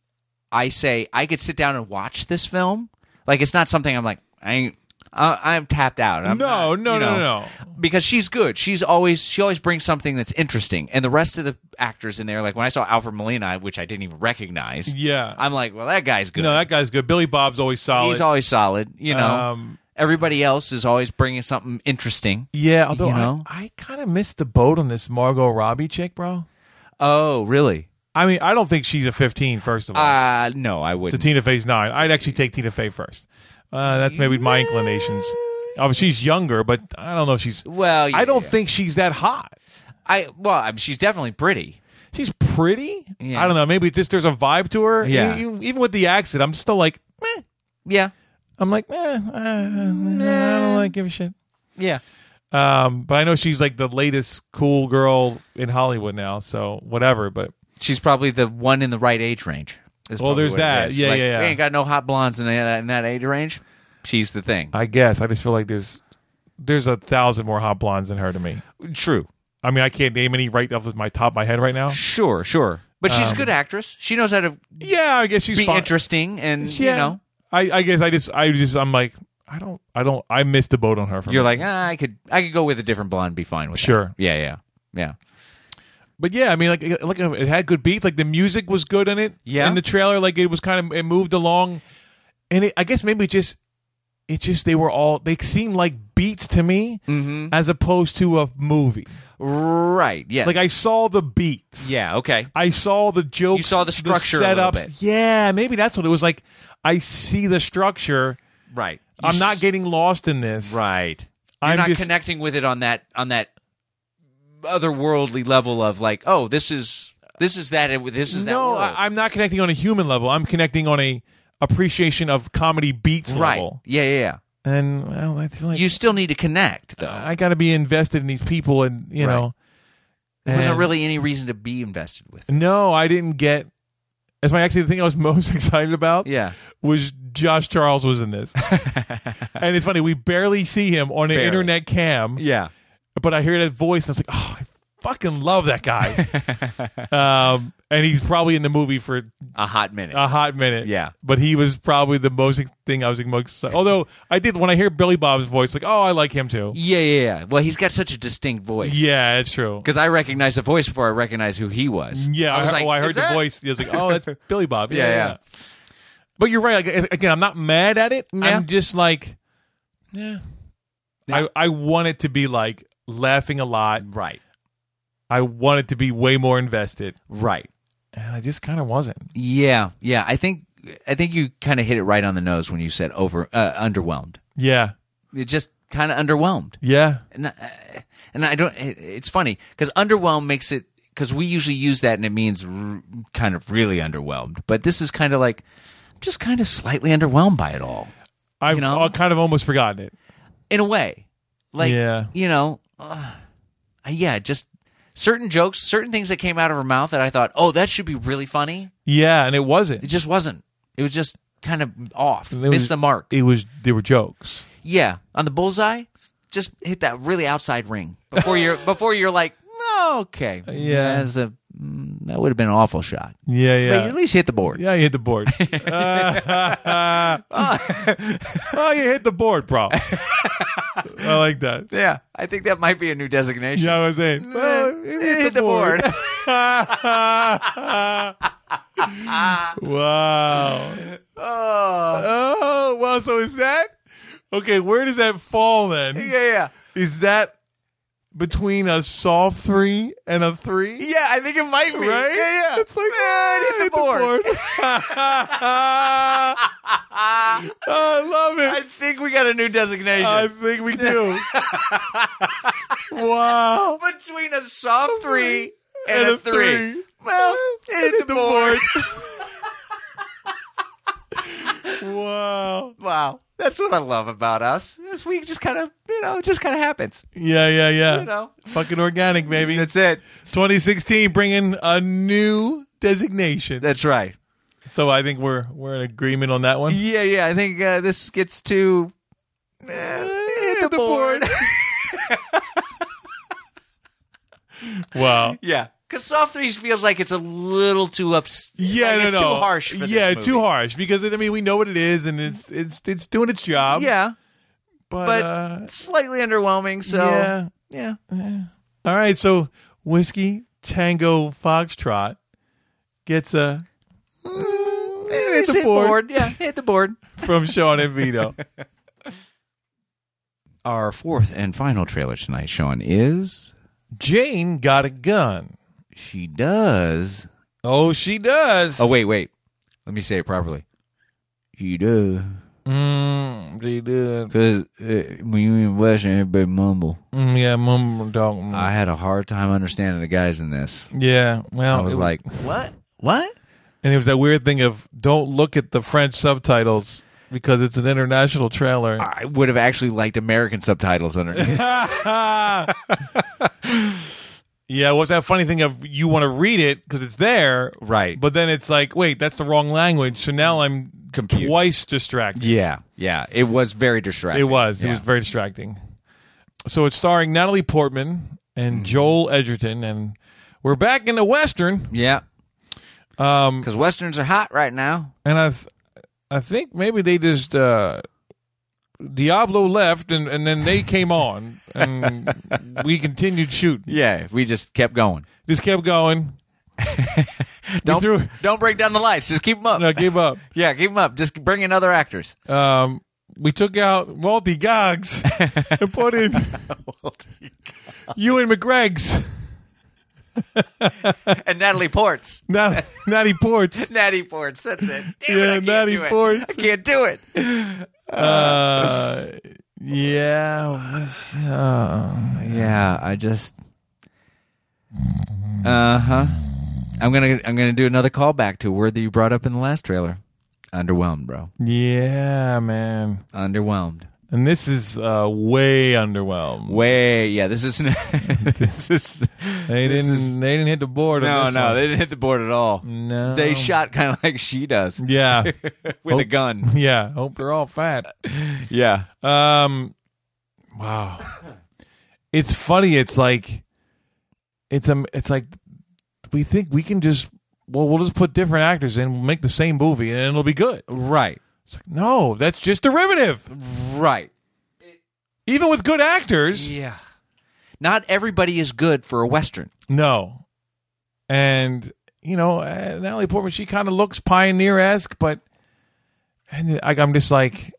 Speaker 1: I say I could sit down and watch this film, like it's not something I'm like I ain't. I- I'm tapped out. I'm
Speaker 2: No,
Speaker 1: not,
Speaker 2: no, no,
Speaker 1: you know,
Speaker 2: no.
Speaker 1: Because she's good. She's always she always brings something that's interesting, and the rest of the actors in there, like when I saw Alfred Molina, which I didn't even recognize.
Speaker 2: Yeah.
Speaker 1: I'm like, well, that guy's good.
Speaker 2: No, that guy's good. Billy Bob's always solid.
Speaker 1: He's always solid. You know,
Speaker 2: Um,
Speaker 1: everybody else is always bringing something interesting.
Speaker 2: yeah, although
Speaker 1: you know?
Speaker 2: I, I kind of missed the boat on this Margot Robbie chick, bro.
Speaker 1: Oh, really?
Speaker 2: I mean, I don't think she's a 15, first of all.
Speaker 1: Uh no, I
Speaker 2: to
Speaker 1: wouldn't.
Speaker 2: Tina Fey's nine. I'd actually take Tina Fey first. Uh, that's maybe my inclinations. Oh, she's younger, but I don't know if she's.
Speaker 1: Well,
Speaker 2: I don't
Speaker 1: yeah.
Speaker 2: think she's that hot.
Speaker 1: I well, I mean, she's definitely pretty.
Speaker 2: She's pretty.
Speaker 1: Yeah.
Speaker 2: I don't know. Maybe just there's a vibe to her.
Speaker 1: Yeah.
Speaker 2: E- e- Even, with the accent, I'm still like, meh.
Speaker 1: Yeah,
Speaker 2: I'm like, meh. uh, I don't like give a shit.
Speaker 1: yeah.
Speaker 2: Um, but I know she's like the latest cool girl in Hollywood now, so whatever. But
Speaker 1: She's probably the one in the right age range. is
Speaker 2: Well,
Speaker 1: probably
Speaker 2: there's
Speaker 1: what it
Speaker 2: that.
Speaker 1: is.
Speaker 2: Yeah,
Speaker 1: Like,
Speaker 2: yeah, yeah.
Speaker 1: We ain't got no hot blondes in that, in that age range. She's the thing.
Speaker 2: I guess I just feel like there's there's a thousand more hot blondes than her to me.
Speaker 1: True.
Speaker 2: I mean, I can't name any right off the my top of my head right now.
Speaker 1: Sure, sure. But she's a good actress. She knows how to
Speaker 2: Yeah, I guess she's
Speaker 1: be
Speaker 2: Um, fine.
Speaker 1: interesting, and
Speaker 2: Yeah.
Speaker 1: you know,
Speaker 2: I, I guess I just I just I'm like I don't I don't I missed the boat on her. From
Speaker 1: you're like, ah, I could, I could go with a different blonde, be fine with. that."
Speaker 2: Sure.
Speaker 1: Yeah, yeah, yeah.
Speaker 2: But yeah, I mean, like, like it had good beats. Like the music was good in it.
Speaker 1: Yeah.
Speaker 2: In the trailer, like it was kind of it moved along, and it, I guess maybe just it just they were all they seemed like beats to me
Speaker 1: Mm-hmm.
Speaker 2: as opposed to a movie.
Speaker 1: Right. Yes.
Speaker 2: Like I saw the beats.
Speaker 1: Yeah. Okay.
Speaker 2: I saw the jokes.
Speaker 1: You saw the structure a little
Speaker 2: setups.
Speaker 1: bit.
Speaker 2: Yeah, maybe that's what it was like. I see the structure.
Speaker 1: Right. You
Speaker 2: I'm not
Speaker 1: s-
Speaker 2: getting lost in this.
Speaker 1: right. You're
Speaker 2: I'm
Speaker 1: not
Speaker 2: just-
Speaker 1: connecting with it on that on that otherworldly level of like, oh, this is this is that and this is
Speaker 2: no,
Speaker 1: that. world.
Speaker 2: I, I'm not connecting on a human level. I'm connecting on a appreciation of comedy beats
Speaker 1: right.
Speaker 2: level.
Speaker 1: Yeah, yeah, yeah.
Speaker 2: And well, I feel like
Speaker 1: You still need to connect though.
Speaker 2: I got to be invested in these people, and you
Speaker 1: Right.
Speaker 2: know,
Speaker 1: there wasn't
Speaker 2: and-
Speaker 1: really any reason to be invested with. It.
Speaker 2: No, I didn't get. That's my actually the thing I was most excited about.
Speaker 1: Yeah.
Speaker 2: was Josh Charles was in this, and it's funny we barely see him on an
Speaker 1: Barely.
Speaker 2: internet cam.
Speaker 1: Yeah.
Speaker 2: but I hear that voice, and it's like, oh, I fucking love that guy. um, and he's probably in the movie for
Speaker 1: A hot minute.
Speaker 2: a hot minute.
Speaker 1: Yeah.
Speaker 2: But he was probably the most ex- thing I was most excited. Although I did when I hear Billy Bob's voice, like, oh, I like him too.
Speaker 1: yeah, yeah, yeah. Well, he's got such a distinct voice.
Speaker 2: Yeah, it's true.
Speaker 1: Because I recognized the voice before I recognized who he was.
Speaker 2: Yeah,
Speaker 1: I was
Speaker 2: I,
Speaker 1: like,
Speaker 2: oh, I heard
Speaker 1: is
Speaker 2: the
Speaker 1: that-
Speaker 2: voice. It was like, oh, that's Billy Bob. Yeah,
Speaker 1: Yeah,
Speaker 2: yeah.
Speaker 1: yeah.
Speaker 2: yeah. But you're right. Like, again, I'm not mad at it.
Speaker 1: Yeah.
Speaker 2: I'm just like, yeah. I, I want it to be like laughing a lot.
Speaker 1: Right.
Speaker 2: I want it to be way more invested.
Speaker 1: Right.
Speaker 2: And I just kind of wasn't.
Speaker 1: Yeah, yeah. I think I think you kind of hit it right on the nose when you said over uh, underwhelmed.
Speaker 2: Yeah.
Speaker 1: It just kind of underwhelmed,
Speaker 2: Yeah.
Speaker 1: and uh, and I don't. It, it's funny because underwhelmed makes it because we usually use that and it means r- kind of really underwhelmed, but this is kind of like I'm just kind of slightly underwhelmed by it all
Speaker 2: I've
Speaker 1: You know?
Speaker 2: uh, kind of almost forgotten it.
Speaker 1: in a way. Like
Speaker 2: Yeah.
Speaker 1: you know, uh, yeah, just certain jokes, certain things that came out of her mouth that I thought, oh, that should be really funny.
Speaker 2: Yeah. And it wasn't.
Speaker 1: It just wasn't. It was just kind of off,
Speaker 2: It
Speaker 1: missed
Speaker 2: was-
Speaker 1: the mark.
Speaker 2: It was, there were jokes.
Speaker 1: Yeah, on the bullseye, just hit that really outside ring before you're before you're like, "Oh, okay,
Speaker 2: Uh, Yeah.
Speaker 1: that's a- mm, that would have been an awful shot.
Speaker 2: Yeah.
Speaker 1: But
Speaker 2: Yeah.
Speaker 1: you at least hit the board.
Speaker 2: yeah, you hit the board. oh, you hit the board, bro. I like that.
Speaker 1: Yeah, I think that might be a new designation.
Speaker 2: Yeah, I was saying. Well, it hit, the, board. wow.
Speaker 1: oh,
Speaker 2: Oh, well, so is that? Okay, where does that fall then?
Speaker 1: yeah, yeah,
Speaker 2: Is that between a soft three and a three?
Speaker 1: yeah. I think it might be.
Speaker 2: Right?
Speaker 1: Yeah, yeah.
Speaker 2: It's like, ah,
Speaker 1: hit the board.
Speaker 2: I love it.
Speaker 1: I think we got a new designation
Speaker 2: I think we do. wow.
Speaker 1: between a soft three and,
Speaker 2: And
Speaker 1: a,
Speaker 2: a
Speaker 1: three.
Speaker 2: three.
Speaker 1: Well, it hit, the, board.
Speaker 2: Wow.
Speaker 1: Wow, that's what I love about us. This week just kind of, you know, it just kind of happens.
Speaker 2: Yeah, yeah, yeah.
Speaker 1: You know.
Speaker 2: Fucking organic, baby.
Speaker 1: That's it.
Speaker 2: 2016 bringing a new designation.
Speaker 1: That's right.
Speaker 2: so I think we're we're in agreement on that one.
Speaker 1: Yeah, yeah. I think uh, this gets to uh,
Speaker 2: Eh,
Speaker 1: hit the, board.
Speaker 2: Wow.
Speaker 1: yeah, because soft threes feels like it's a little too ups.
Speaker 2: Yeah,
Speaker 1: like
Speaker 2: no,
Speaker 1: it's
Speaker 2: no.
Speaker 1: too harsh. For this
Speaker 2: yeah,
Speaker 1: movie.
Speaker 2: too harsh because I mean we know what it is and it's it's it's doing its job.
Speaker 1: Yeah,
Speaker 2: but,
Speaker 1: but
Speaker 2: uh,
Speaker 1: slightly underwhelming. So
Speaker 2: yeah.
Speaker 1: yeah.
Speaker 2: All right, so whiskey Tango Foxtrot gets a hit
Speaker 1: It's
Speaker 2: the board.
Speaker 1: Yeah, hit the board.
Speaker 2: from Sean and Vito.
Speaker 1: Our fourth and final trailer tonight, Sean, is
Speaker 2: Jane got a gun.
Speaker 1: she does.
Speaker 2: Oh, she does.
Speaker 1: Oh wait, wait. Let me say it properly. She does.
Speaker 2: Mm, she does.
Speaker 1: Because uh, when you in Western, everybody mumble.
Speaker 2: Mm, yeah, mum, dog. mm.
Speaker 1: I had a hard time understanding the guys in this.
Speaker 2: yeah, well,
Speaker 1: I was
Speaker 2: Oh, it-
Speaker 1: like, what? What?
Speaker 2: and it was that weird thing of don't look at the French subtitles because it's an international trailer.
Speaker 1: I would have actually liked American subtitles underneath.
Speaker 2: yeah, Yeah, what's that funny thing of you want to read it because it's there,
Speaker 1: Right.
Speaker 2: But then it's like, wait, that's the wrong language. So now I'm
Speaker 1: Confused.
Speaker 2: twice distracted.
Speaker 1: Yeah, yeah. It was very distracting.
Speaker 2: It was. It
Speaker 1: Yeah.
Speaker 2: was very distracting. So it's starring Natalie Portman and
Speaker 1: Mm.
Speaker 2: Joel Edgerton, and we're back in the western.
Speaker 1: Yeah. Um, because westerns are hot right now.
Speaker 2: And I, th- I think maybe they just uh, Diablo left, and, and then they came on, and we continued shooting.
Speaker 1: Yeah, if we just kept going.
Speaker 2: Just kept going.
Speaker 1: Don't
Speaker 2: threw-
Speaker 1: don't break down the lights. Just keep them up.
Speaker 2: I gave up.
Speaker 1: yeah, keep them up. Just bring in other actors.
Speaker 2: Um, we took out Walty Goggs and put in Ewan McGreg's
Speaker 1: and Natalie Ports.
Speaker 2: Nat- Natty Ports.
Speaker 1: Natty Ports. That's it. Damn
Speaker 2: Yeah,
Speaker 1: it, I can't
Speaker 2: Natty
Speaker 1: do it.
Speaker 2: Ports.
Speaker 1: I can't do it.
Speaker 2: Uh, yeah, it was, uh,
Speaker 1: Yeah, I just. Uh huh. I'm gonna I'm gonna do another callback to a word that you brought up in the last trailer. Underwhelmed, bro.
Speaker 2: yeah, man.
Speaker 1: Underwhelmed.
Speaker 2: And this is uh, way underwhelmed.
Speaker 1: Way, yeah. This is this is
Speaker 2: They
Speaker 1: this
Speaker 2: didn't.
Speaker 1: is-
Speaker 2: they didn't hit the board. on
Speaker 1: no,
Speaker 2: this
Speaker 1: no,
Speaker 2: one.
Speaker 1: they didn't hit the board at all.
Speaker 2: No.
Speaker 1: they shot kind of like she does
Speaker 2: Yeah,
Speaker 1: with a
Speaker 2: Hope-
Speaker 1: gun.
Speaker 2: yeah. Hope they're all fat.
Speaker 1: Yeah,
Speaker 2: Um, wow, it's funny. It's like, it's um, it's like we think we can just well, we'll just put different actors in, we'll make the same movie, and it'll be good.
Speaker 1: right,
Speaker 2: It's like no, that's just derivative.
Speaker 1: right.
Speaker 2: Even with good actors,
Speaker 1: Yeah, not everybody is good for a western.
Speaker 2: no. And you know, uh, Natalie Portman, she kind of looks pioneer esque, but and I, I'm just like,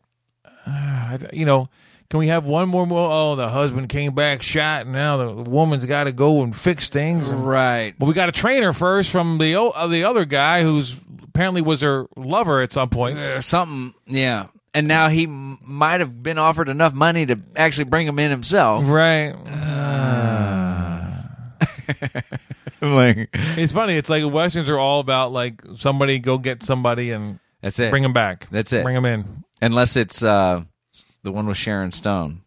Speaker 2: uh, I- you know. Can we have one more? Mo- oh, the husband came back shot, and now the woman's got to go and fix things. and-
Speaker 1: Right.
Speaker 2: But we got a trainer first from the o- uh, the other guy who's apparently was her lover at some point.
Speaker 1: or something. Yeah. And now he m- might have been offered enough money to actually bring him in himself.
Speaker 2: Right.
Speaker 1: like,
Speaker 2: It's funny. It's like westerns are all about like somebody go get somebody and
Speaker 1: that's it.
Speaker 2: bring him back.
Speaker 1: That's it.
Speaker 2: Bring him in.
Speaker 1: Unless it's uh, the one with Sharon Stone.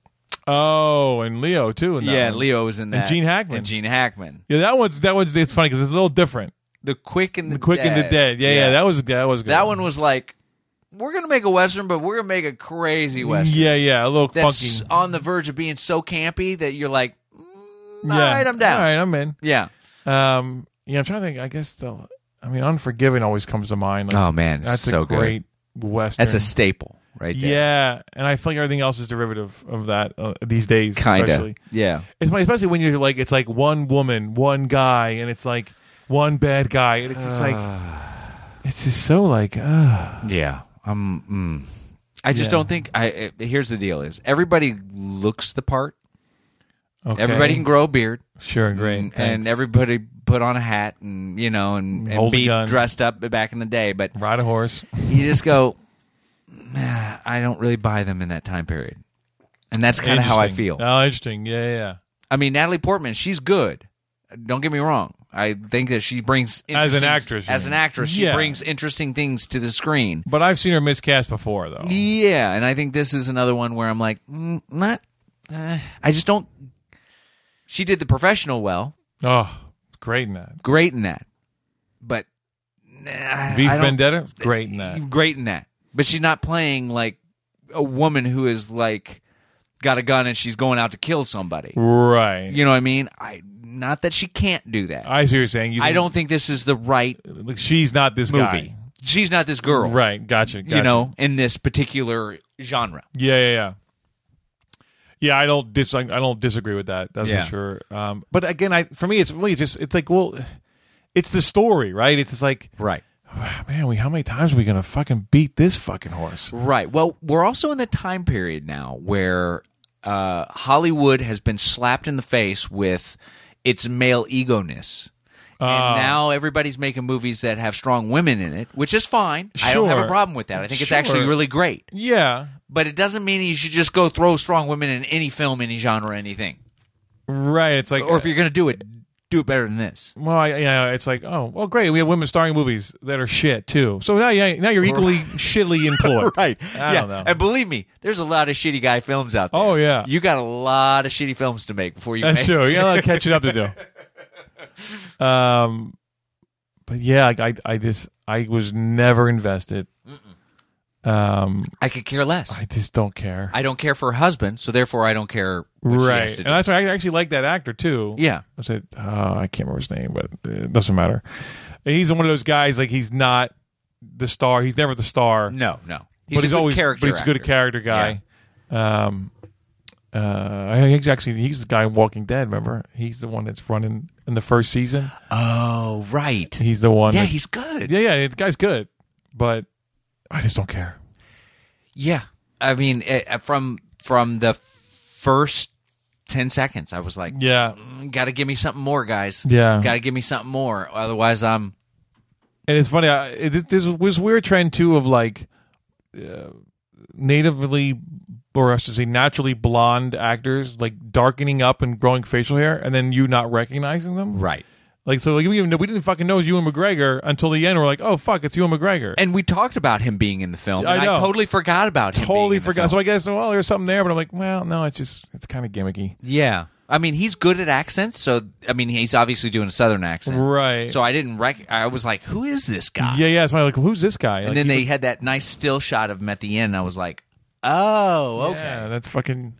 Speaker 2: Oh, and Leo too. in that
Speaker 1: yeah,
Speaker 2: one.
Speaker 1: Leo was in that.
Speaker 2: Gene Hackman.
Speaker 1: And Gene Hackman.
Speaker 2: Yeah, that one's that one's it's funny because it's a little different.
Speaker 1: The Quick and the,
Speaker 2: The Quick and the Dead. Yeah, yeah, that was that was a good.
Speaker 1: that one was like, we're gonna make a western, but we're gonna make a crazy western
Speaker 2: Yeah, yeah, a little
Speaker 1: that's
Speaker 2: funky.
Speaker 1: on the verge of being so campy that you're like, mm, all
Speaker 2: yeah.
Speaker 1: right, I'm down.
Speaker 2: All right, I'm in.
Speaker 1: Yeah.
Speaker 2: Um, yeah, I'm trying to think. I guess the, I mean, Unforgiven always comes to mind. Like,
Speaker 1: Oh, man, it's
Speaker 2: that's
Speaker 1: so
Speaker 2: a
Speaker 1: good.
Speaker 2: great western.
Speaker 1: That's a staple, right there.
Speaker 2: yeah, and I feel like everything else is derivative of that uh, these days.
Speaker 1: Kind of.
Speaker 2: especially.
Speaker 1: Yeah.
Speaker 2: It's funny, especially when you're like, it's like one woman, one guy, and it's like one bad guy, and it's just like, it's just so like, uh,
Speaker 1: Yeah. Um, mm. I just
Speaker 2: Yeah.
Speaker 1: don't think I I- here's the deal is everybody looks the part.
Speaker 2: okay.
Speaker 1: Everybody can grow a beard
Speaker 2: sure, great,
Speaker 1: and,
Speaker 2: thanks.
Speaker 1: and everybody put on a hat and you know and, and
Speaker 2: Hold a
Speaker 1: be
Speaker 2: gun.
Speaker 1: dressed up back in the day, but
Speaker 2: ride a horse.
Speaker 1: you just go "Nah, I don't really buy them in that time period. And that's kind of how I
Speaker 2: Interesting.
Speaker 1: feel.
Speaker 2: Oh, interesting. Yeah, yeah, yeah.
Speaker 1: I mean, Natalie Portman, she's good. Don't get me wrong. I think that she brings
Speaker 2: As an
Speaker 1: interesting-
Speaker 2: actress, you
Speaker 1: as an
Speaker 2: mean.
Speaker 1: actress, she
Speaker 2: Yeah.
Speaker 1: brings interesting things to the screen.
Speaker 2: But I've seen her miscast before, though.
Speaker 1: Yeah, and I think this is another one where I'm like, mm, not. Uh, I just don't. She did the professional well,
Speaker 2: Oh, great in that.
Speaker 1: great in that, but nah, I-
Speaker 2: V
Speaker 1: I don't-
Speaker 2: Vendetta, great in that.
Speaker 1: great in that. But she's not playing like a woman who is like got a gun and she's going out to kill somebody.
Speaker 2: Right.
Speaker 1: You know what I mean? I not that she can't do that. I,
Speaker 2: I see what you're saying. You think
Speaker 1: don't think this is the right
Speaker 2: like, she's not this
Speaker 1: movie.
Speaker 2: guy.
Speaker 1: She's not this girl,
Speaker 2: Right. Gotcha, gotcha.
Speaker 1: You know, in this particular genre.
Speaker 2: Yeah, yeah, yeah. Yeah, I don't dis- I don't disagree with that. That's
Speaker 1: Yeah.
Speaker 2: for sure. Um, but again, I for me, it's really just it's like well, it's the story, right? It's just like "Ah,
Speaker 1: Right.
Speaker 2: man, we how many times are we gonna fucking beat this fucking horse?
Speaker 1: Right. Well, we're also in the time period now where uh, Hollywood has been slapped in the face with its male ego ness.
Speaker 2: Ah.
Speaker 1: and now everybody's making movies that have strong women in it, which is fine. I don't have a
Speaker 2: Sure.
Speaker 1: problem with that. I think it's actually
Speaker 2: Sure.
Speaker 1: really great.
Speaker 2: Yeah,
Speaker 1: But it doesn't mean you should just go throw strong women in any film, any genre, anything.
Speaker 2: right. It's like
Speaker 1: Or if you're going to do it, do it better than this.
Speaker 2: well, I, yeah, it's like oh, well, great. We have women starring movies that are shit too. So now, yeah, now you're equally shittily employed, I
Speaker 1: yeah.
Speaker 2: don't know.
Speaker 1: And believe me, there's a lot of shitty guy films out there.
Speaker 2: Oh, yeah.
Speaker 1: You got a lot of shitty films to make before you
Speaker 2: That's
Speaker 1: make
Speaker 2: true. You got a lot of catching up to do. Um, but yeah, I, I, I just I was never invested. Um,
Speaker 1: I could care less.
Speaker 2: I just don't care.
Speaker 1: I don't care for her husband, so therefore I don't care what she has
Speaker 2: right,
Speaker 1: to
Speaker 2: and
Speaker 1: do.
Speaker 2: that's why I actually like that actor too.
Speaker 1: yeah.
Speaker 2: I said uh, I can't remember his name, but it doesn't matter. And he's one of those guys like he's not the star. He's never the star.
Speaker 1: No, no.
Speaker 2: but he's
Speaker 1: a good
Speaker 2: always
Speaker 1: character.
Speaker 2: but he's a good
Speaker 1: actor.
Speaker 2: character guy. Um, uh, he's actually he's the guy in Walking Dead. Remember, he's the one that's running in the first season.
Speaker 1: Oh, right.
Speaker 2: He's the one.
Speaker 1: yeah,
Speaker 2: that-
Speaker 1: he's good.
Speaker 2: yeah, yeah. The guy's good, but I just don't care.
Speaker 1: Yeah, I mean, eh, from from the first ten seconds, I was like,
Speaker 2: Yeah,
Speaker 1: "Got to give me something more, guys.
Speaker 2: Yeah.
Speaker 1: got to give me something more. Otherwise, I'm
Speaker 2: and it's funny. I, it, this was weird trend too of like uh, natively or I should say naturally blonde actors like darkening up and growing facial hair, and then you not recognizing them.
Speaker 1: right.
Speaker 2: Like so, like we even we didn't fucking know it was Ewan McGregor until the end. We're like, oh fuck, it's Ewan McGregor.
Speaker 1: And we talked about him being in the film.
Speaker 2: I
Speaker 1: and I
Speaker 2: know.
Speaker 1: totally forgot about him. being
Speaker 2: totally
Speaker 1: in the
Speaker 2: forgot. So
Speaker 1: film.
Speaker 2: I guess well, there's something there, but I'm like, well, no, it's just it's kind of gimmicky,
Speaker 1: yeah, I mean, he's good at accents. So I mean, he's obviously doing a southern accent,
Speaker 2: right?
Speaker 1: So I didn't rec. I was like, "Who is this guy?"
Speaker 2: yeah, yeah. So I'm like, who's this guy?
Speaker 1: And then they had that nice still shot of him at the end. and I was like, "Oh, okay,
Speaker 2: yeah, that's fucking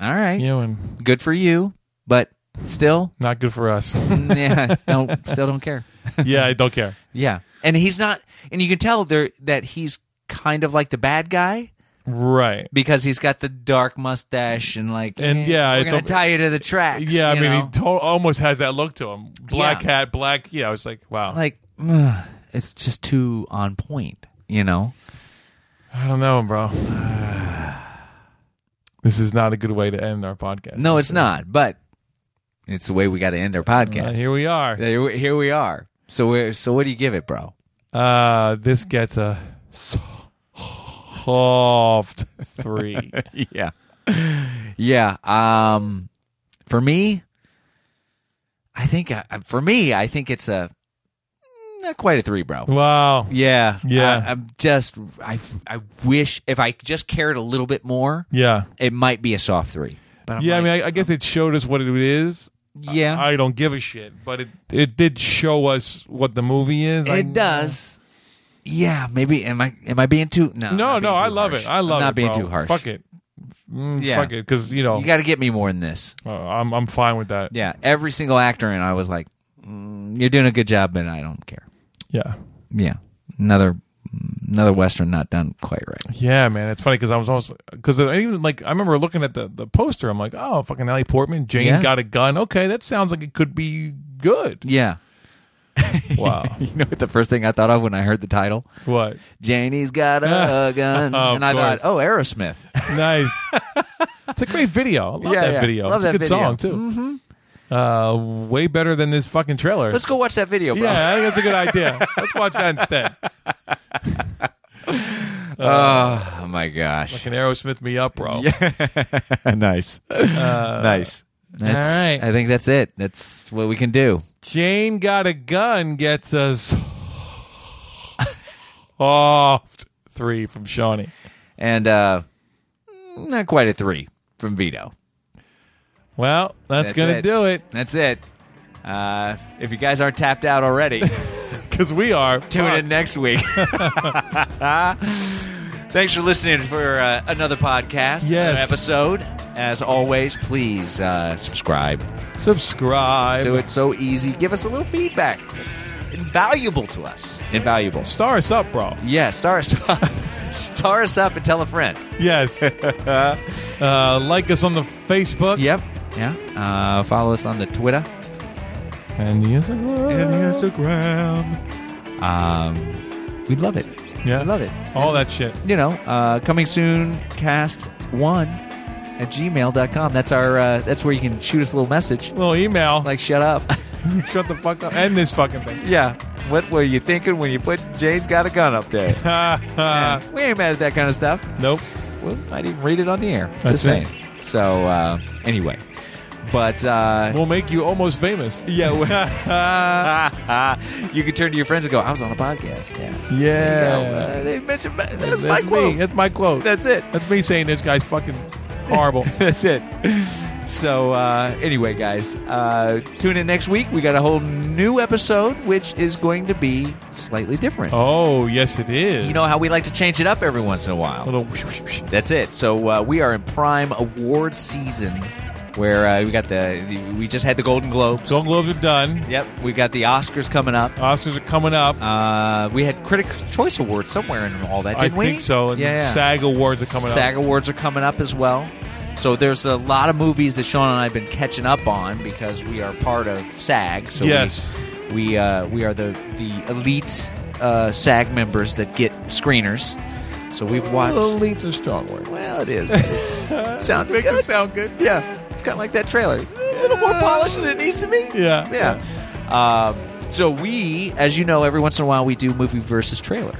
Speaker 1: all right,
Speaker 2: Ewan.
Speaker 1: good for you." But still,
Speaker 2: Not good for us.
Speaker 1: yeah, don't still don't care.
Speaker 2: yeah, I don't care.
Speaker 1: Yeah, and he's not, and you can tell there that he's kind of like the bad guy
Speaker 2: Right.
Speaker 1: because he's got the dark mustache and like,
Speaker 2: And,
Speaker 1: eh,
Speaker 2: yeah,
Speaker 1: we're
Speaker 2: it's
Speaker 1: gonna
Speaker 2: al-
Speaker 1: tie you to the tracks.
Speaker 2: Yeah, I
Speaker 1: you
Speaker 2: mean,
Speaker 1: know?
Speaker 2: he to- almost has that look to him. Black
Speaker 1: Yeah.
Speaker 2: hat, black. Yeah, I was like, wow.
Speaker 1: like ugh, it's just too on point, you know.
Speaker 2: I don't know, bro. this is not a good way to end our podcast.
Speaker 1: No, it's not, but it's the way we got to end our
Speaker 2: Uh,
Speaker 1: podcast.
Speaker 2: here we are.
Speaker 1: Here we- here we are. So we're so what do you give it, bro?
Speaker 2: Uh, this gets a soft three.
Speaker 1: yeah. Yeah. Um, for me, I think I, I- for me, I think it's a mm, not quite a three, bro.
Speaker 2: wow.
Speaker 1: Yeah.
Speaker 2: Yeah.
Speaker 1: I, I'm just I I wish if I just cared a little bit more,
Speaker 2: Yeah.
Speaker 1: it might be a soft three. But I'm
Speaker 2: yeah,
Speaker 1: like,
Speaker 2: I mean, I, I guess it showed us what it is.
Speaker 1: yeah,
Speaker 2: I don't give a shit, but it it did show us what the movie is. I-
Speaker 1: it does. Yeah, maybe am I am I being too no? I'm
Speaker 2: No,
Speaker 1: not being
Speaker 2: no, I
Speaker 1: too
Speaker 2: love
Speaker 1: harsh.
Speaker 2: it. I love
Speaker 1: I'm
Speaker 2: it.
Speaker 1: not being
Speaker 2: bro.
Speaker 1: too harsh.
Speaker 2: Fuck it. Mm,
Speaker 1: Yeah.
Speaker 2: Fuck it, because you know
Speaker 1: You got to get me more than this.
Speaker 2: uh, I'm I'm fine with that.
Speaker 1: Yeah, every single actor and I was like, mm, you're doing a good job, but I don't care.
Speaker 2: Yeah,
Speaker 1: yeah another another western not done quite right
Speaker 2: yeah, man. It's funny because I was almost because I even like I remember looking at the the poster. I'm like, oh, fucking Ellie Portman, Jane
Speaker 1: Yeah.
Speaker 2: got a gun. Okay, that sounds like it could be good.
Speaker 1: yeah
Speaker 2: Wow.
Speaker 1: you know what the first thing i thought of when i heard the title
Speaker 2: what?
Speaker 1: janie's got a gun
Speaker 2: Oh, Of
Speaker 1: and i
Speaker 2: course.
Speaker 1: thought oh aerosmith
Speaker 2: Nice. it's a great video. I love
Speaker 1: Yeah,
Speaker 2: that
Speaker 1: yeah.
Speaker 2: video.
Speaker 1: Love
Speaker 2: it's a good
Speaker 1: that video. Mm-hmm.
Speaker 2: song too. Uh, way better than this fucking trailer.
Speaker 1: let's go watch that video bro
Speaker 2: yeah, I think that's a good idea. Let's watch that instead.
Speaker 1: oh my gosh
Speaker 2: Can Aerosmith me up, bro?
Speaker 1: nice nice that's,
Speaker 2: Uh, all right.
Speaker 1: i think that's it that's what we can do
Speaker 2: Jane got a gun gets us soft three from Shawnee.
Speaker 1: and uh not quite a three from vito
Speaker 2: Well, that's,
Speaker 1: That's
Speaker 2: gonna
Speaker 1: it.
Speaker 2: do it
Speaker 1: that's it uh if you guys aren't tapped out already
Speaker 2: because we are
Speaker 1: Tune
Speaker 2: fucked.
Speaker 1: in next week. Thanks for listening for uh, another podcast,
Speaker 2: Yes.
Speaker 1: another episode. As always, please uh, subscribe.
Speaker 2: Subscribe.
Speaker 1: Do it so easy. Give us a little feedback. It's invaluable to us. Invaluable.
Speaker 2: Star us up, bro.
Speaker 1: Yeah, star us up. star us up and tell a friend.
Speaker 2: Yes. uh, like us on the Facebook
Speaker 1: Yep. Yeah. Uh, follow us on the Twitter.
Speaker 2: and the Instagram.
Speaker 1: Instagram. Um, we'd love it.
Speaker 2: Yeah.
Speaker 1: We'd love it.
Speaker 2: All that shit.
Speaker 1: you know, uh, coming soon cast one at gmail.com. That's our, uh, that's where you can shoot us a little message.
Speaker 2: Little email.
Speaker 1: Like, shut up.
Speaker 2: shut the fuck up. End this fucking thing.
Speaker 1: yeah. What were you thinking when you put James got a gun up there?
Speaker 2: Ha
Speaker 1: Uh, we ain't mad at that kind of stuff.
Speaker 2: nope.
Speaker 1: We might even read it on the air.
Speaker 2: That's
Speaker 1: Just saying. So, uh, anyway. But, uh,
Speaker 2: We'll make you almost famous.
Speaker 1: yeah.
Speaker 2: yeah.
Speaker 1: you could turn to your friends and go, I was on a podcast. Yeah. You know, uh, they mentioned, that's, my
Speaker 2: me.
Speaker 1: quote.
Speaker 2: That's my quote.
Speaker 1: That's it.
Speaker 2: That's me saying this guy's fucking horrible.
Speaker 1: That's it. So uh, anyway, guys, uh, tune in next week. We got a whole new episode, which is going to be slightly different.
Speaker 2: Oh, yes, it is.
Speaker 1: You know how we like to change it up every once in a while.
Speaker 2: little whoosh, whoosh, whoosh.
Speaker 1: That's it. So uh, we are in prime award season, where uh, we got the, the we just had the Golden Globes.
Speaker 2: Golden Globes are done.
Speaker 1: Yep, we got the Oscars coming up.
Speaker 2: Oscars are coming up.
Speaker 1: Uh, we had Critics Choice Awards somewhere in all that,
Speaker 2: I
Speaker 1: didn't we?
Speaker 2: think so. And
Speaker 1: yeah, yeah.
Speaker 2: SAG awards are coming
Speaker 1: SAG
Speaker 2: up.
Speaker 1: Awards are coming up as well. So there's a lot of movies that Sean and I have been catching up on because we are part of SAG. So
Speaker 2: Yes.
Speaker 1: we we, uh, we are the the elite uh, SAG members that get screeners. So we've watched.
Speaker 2: a strong word.
Speaker 1: Well, it is. but it sounded
Speaker 2: Makes
Speaker 1: good.
Speaker 2: it sound good. Uh,
Speaker 1: Yeah, it's kind of like that trailer. A little more polished than it needs to be.
Speaker 2: Yeah.
Speaker 1: Yeah. Um, so we, as you know, every once in a while we do movie versus trailer,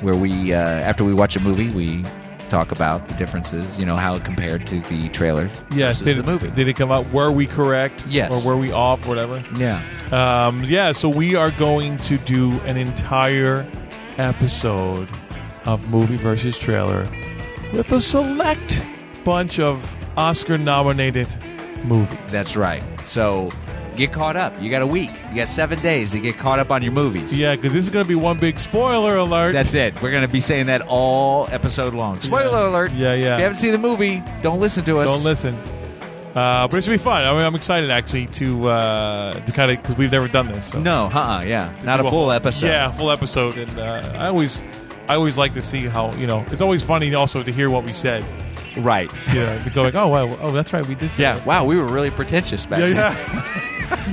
Speaker 1: where we, uh, after we watch a movie, we talk about the differences. You know how it compared to the trailer
Speaker 2: Yes.
Speaker 1: versus
Speaker 2: Did
Speaker 1: the
Speaker 2: it,
Speaker 1: movie.
Speaker 2: did it come out? Were we correct?
Speaker 1: Yes.
Speaker 2: Or were we off? Whatever.
Speaker 1: yeah.
Speaker 2: Um, yeah, so we are going to do an entire episode of movie versus trailer with a select bunch of Oscar nominated movies.
Speaker 1: That's right. So get caught up. You got a week. You got seven days to get caught up on your movies.
Speaker 2: yeah, because this is going to be one big spoiler alert.
Speaker 1: That's it. We're going to be saying that all episode long. Spoiler
Speaker 2: Yeah.
Speaker 1: alert.
Speaker 2: Yeah, yeah.
Speaker 1: If you haven't seen the movie, don't listen to us.
Speaker 2: Don't listen. Uh, but it should be fun. I mean, I'm excited actually to uh, to kind of because we've never done this. So.
Speaker 1: No, uh-uh, yeah. Not
Speaker 2: Do
Speaker 1: a full
Speaker 2: whole-
Speaker 1: episode.
Speaker 2: Yeah, a full episode, and uh, I always I always like to see how you know. It's always funny also to hear what we said.
Speaker 1: Right.
Speaker 2: You know, going, oh wow, oh that's right, we did. say that."
Speaker 1: Yeah. Wow, we were really pretentious back
Speaker 2: Yeah,
Speaker 1: then.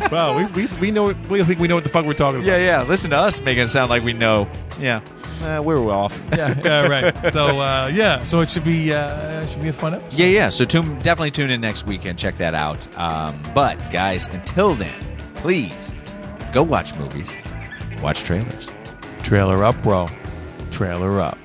Speaker 2: yeah. wow, we, we, we know. We think we know what the fuck we're talking about.
Speaker 1: yeah. Listen to us making it sound like we know. Yeah. Uh, we were off.
Speaker 2: Yeah, yeah, right. So uh, yeah, so it should be uh, it should be a fun episode.
Speaker 1: Yeah, yeah. So tune, definitely tune in next week and check that out. Um, but, guys, until then, please go watch movies, watch trailers.
Speaker 2: Trailer up, bro. Trailer up.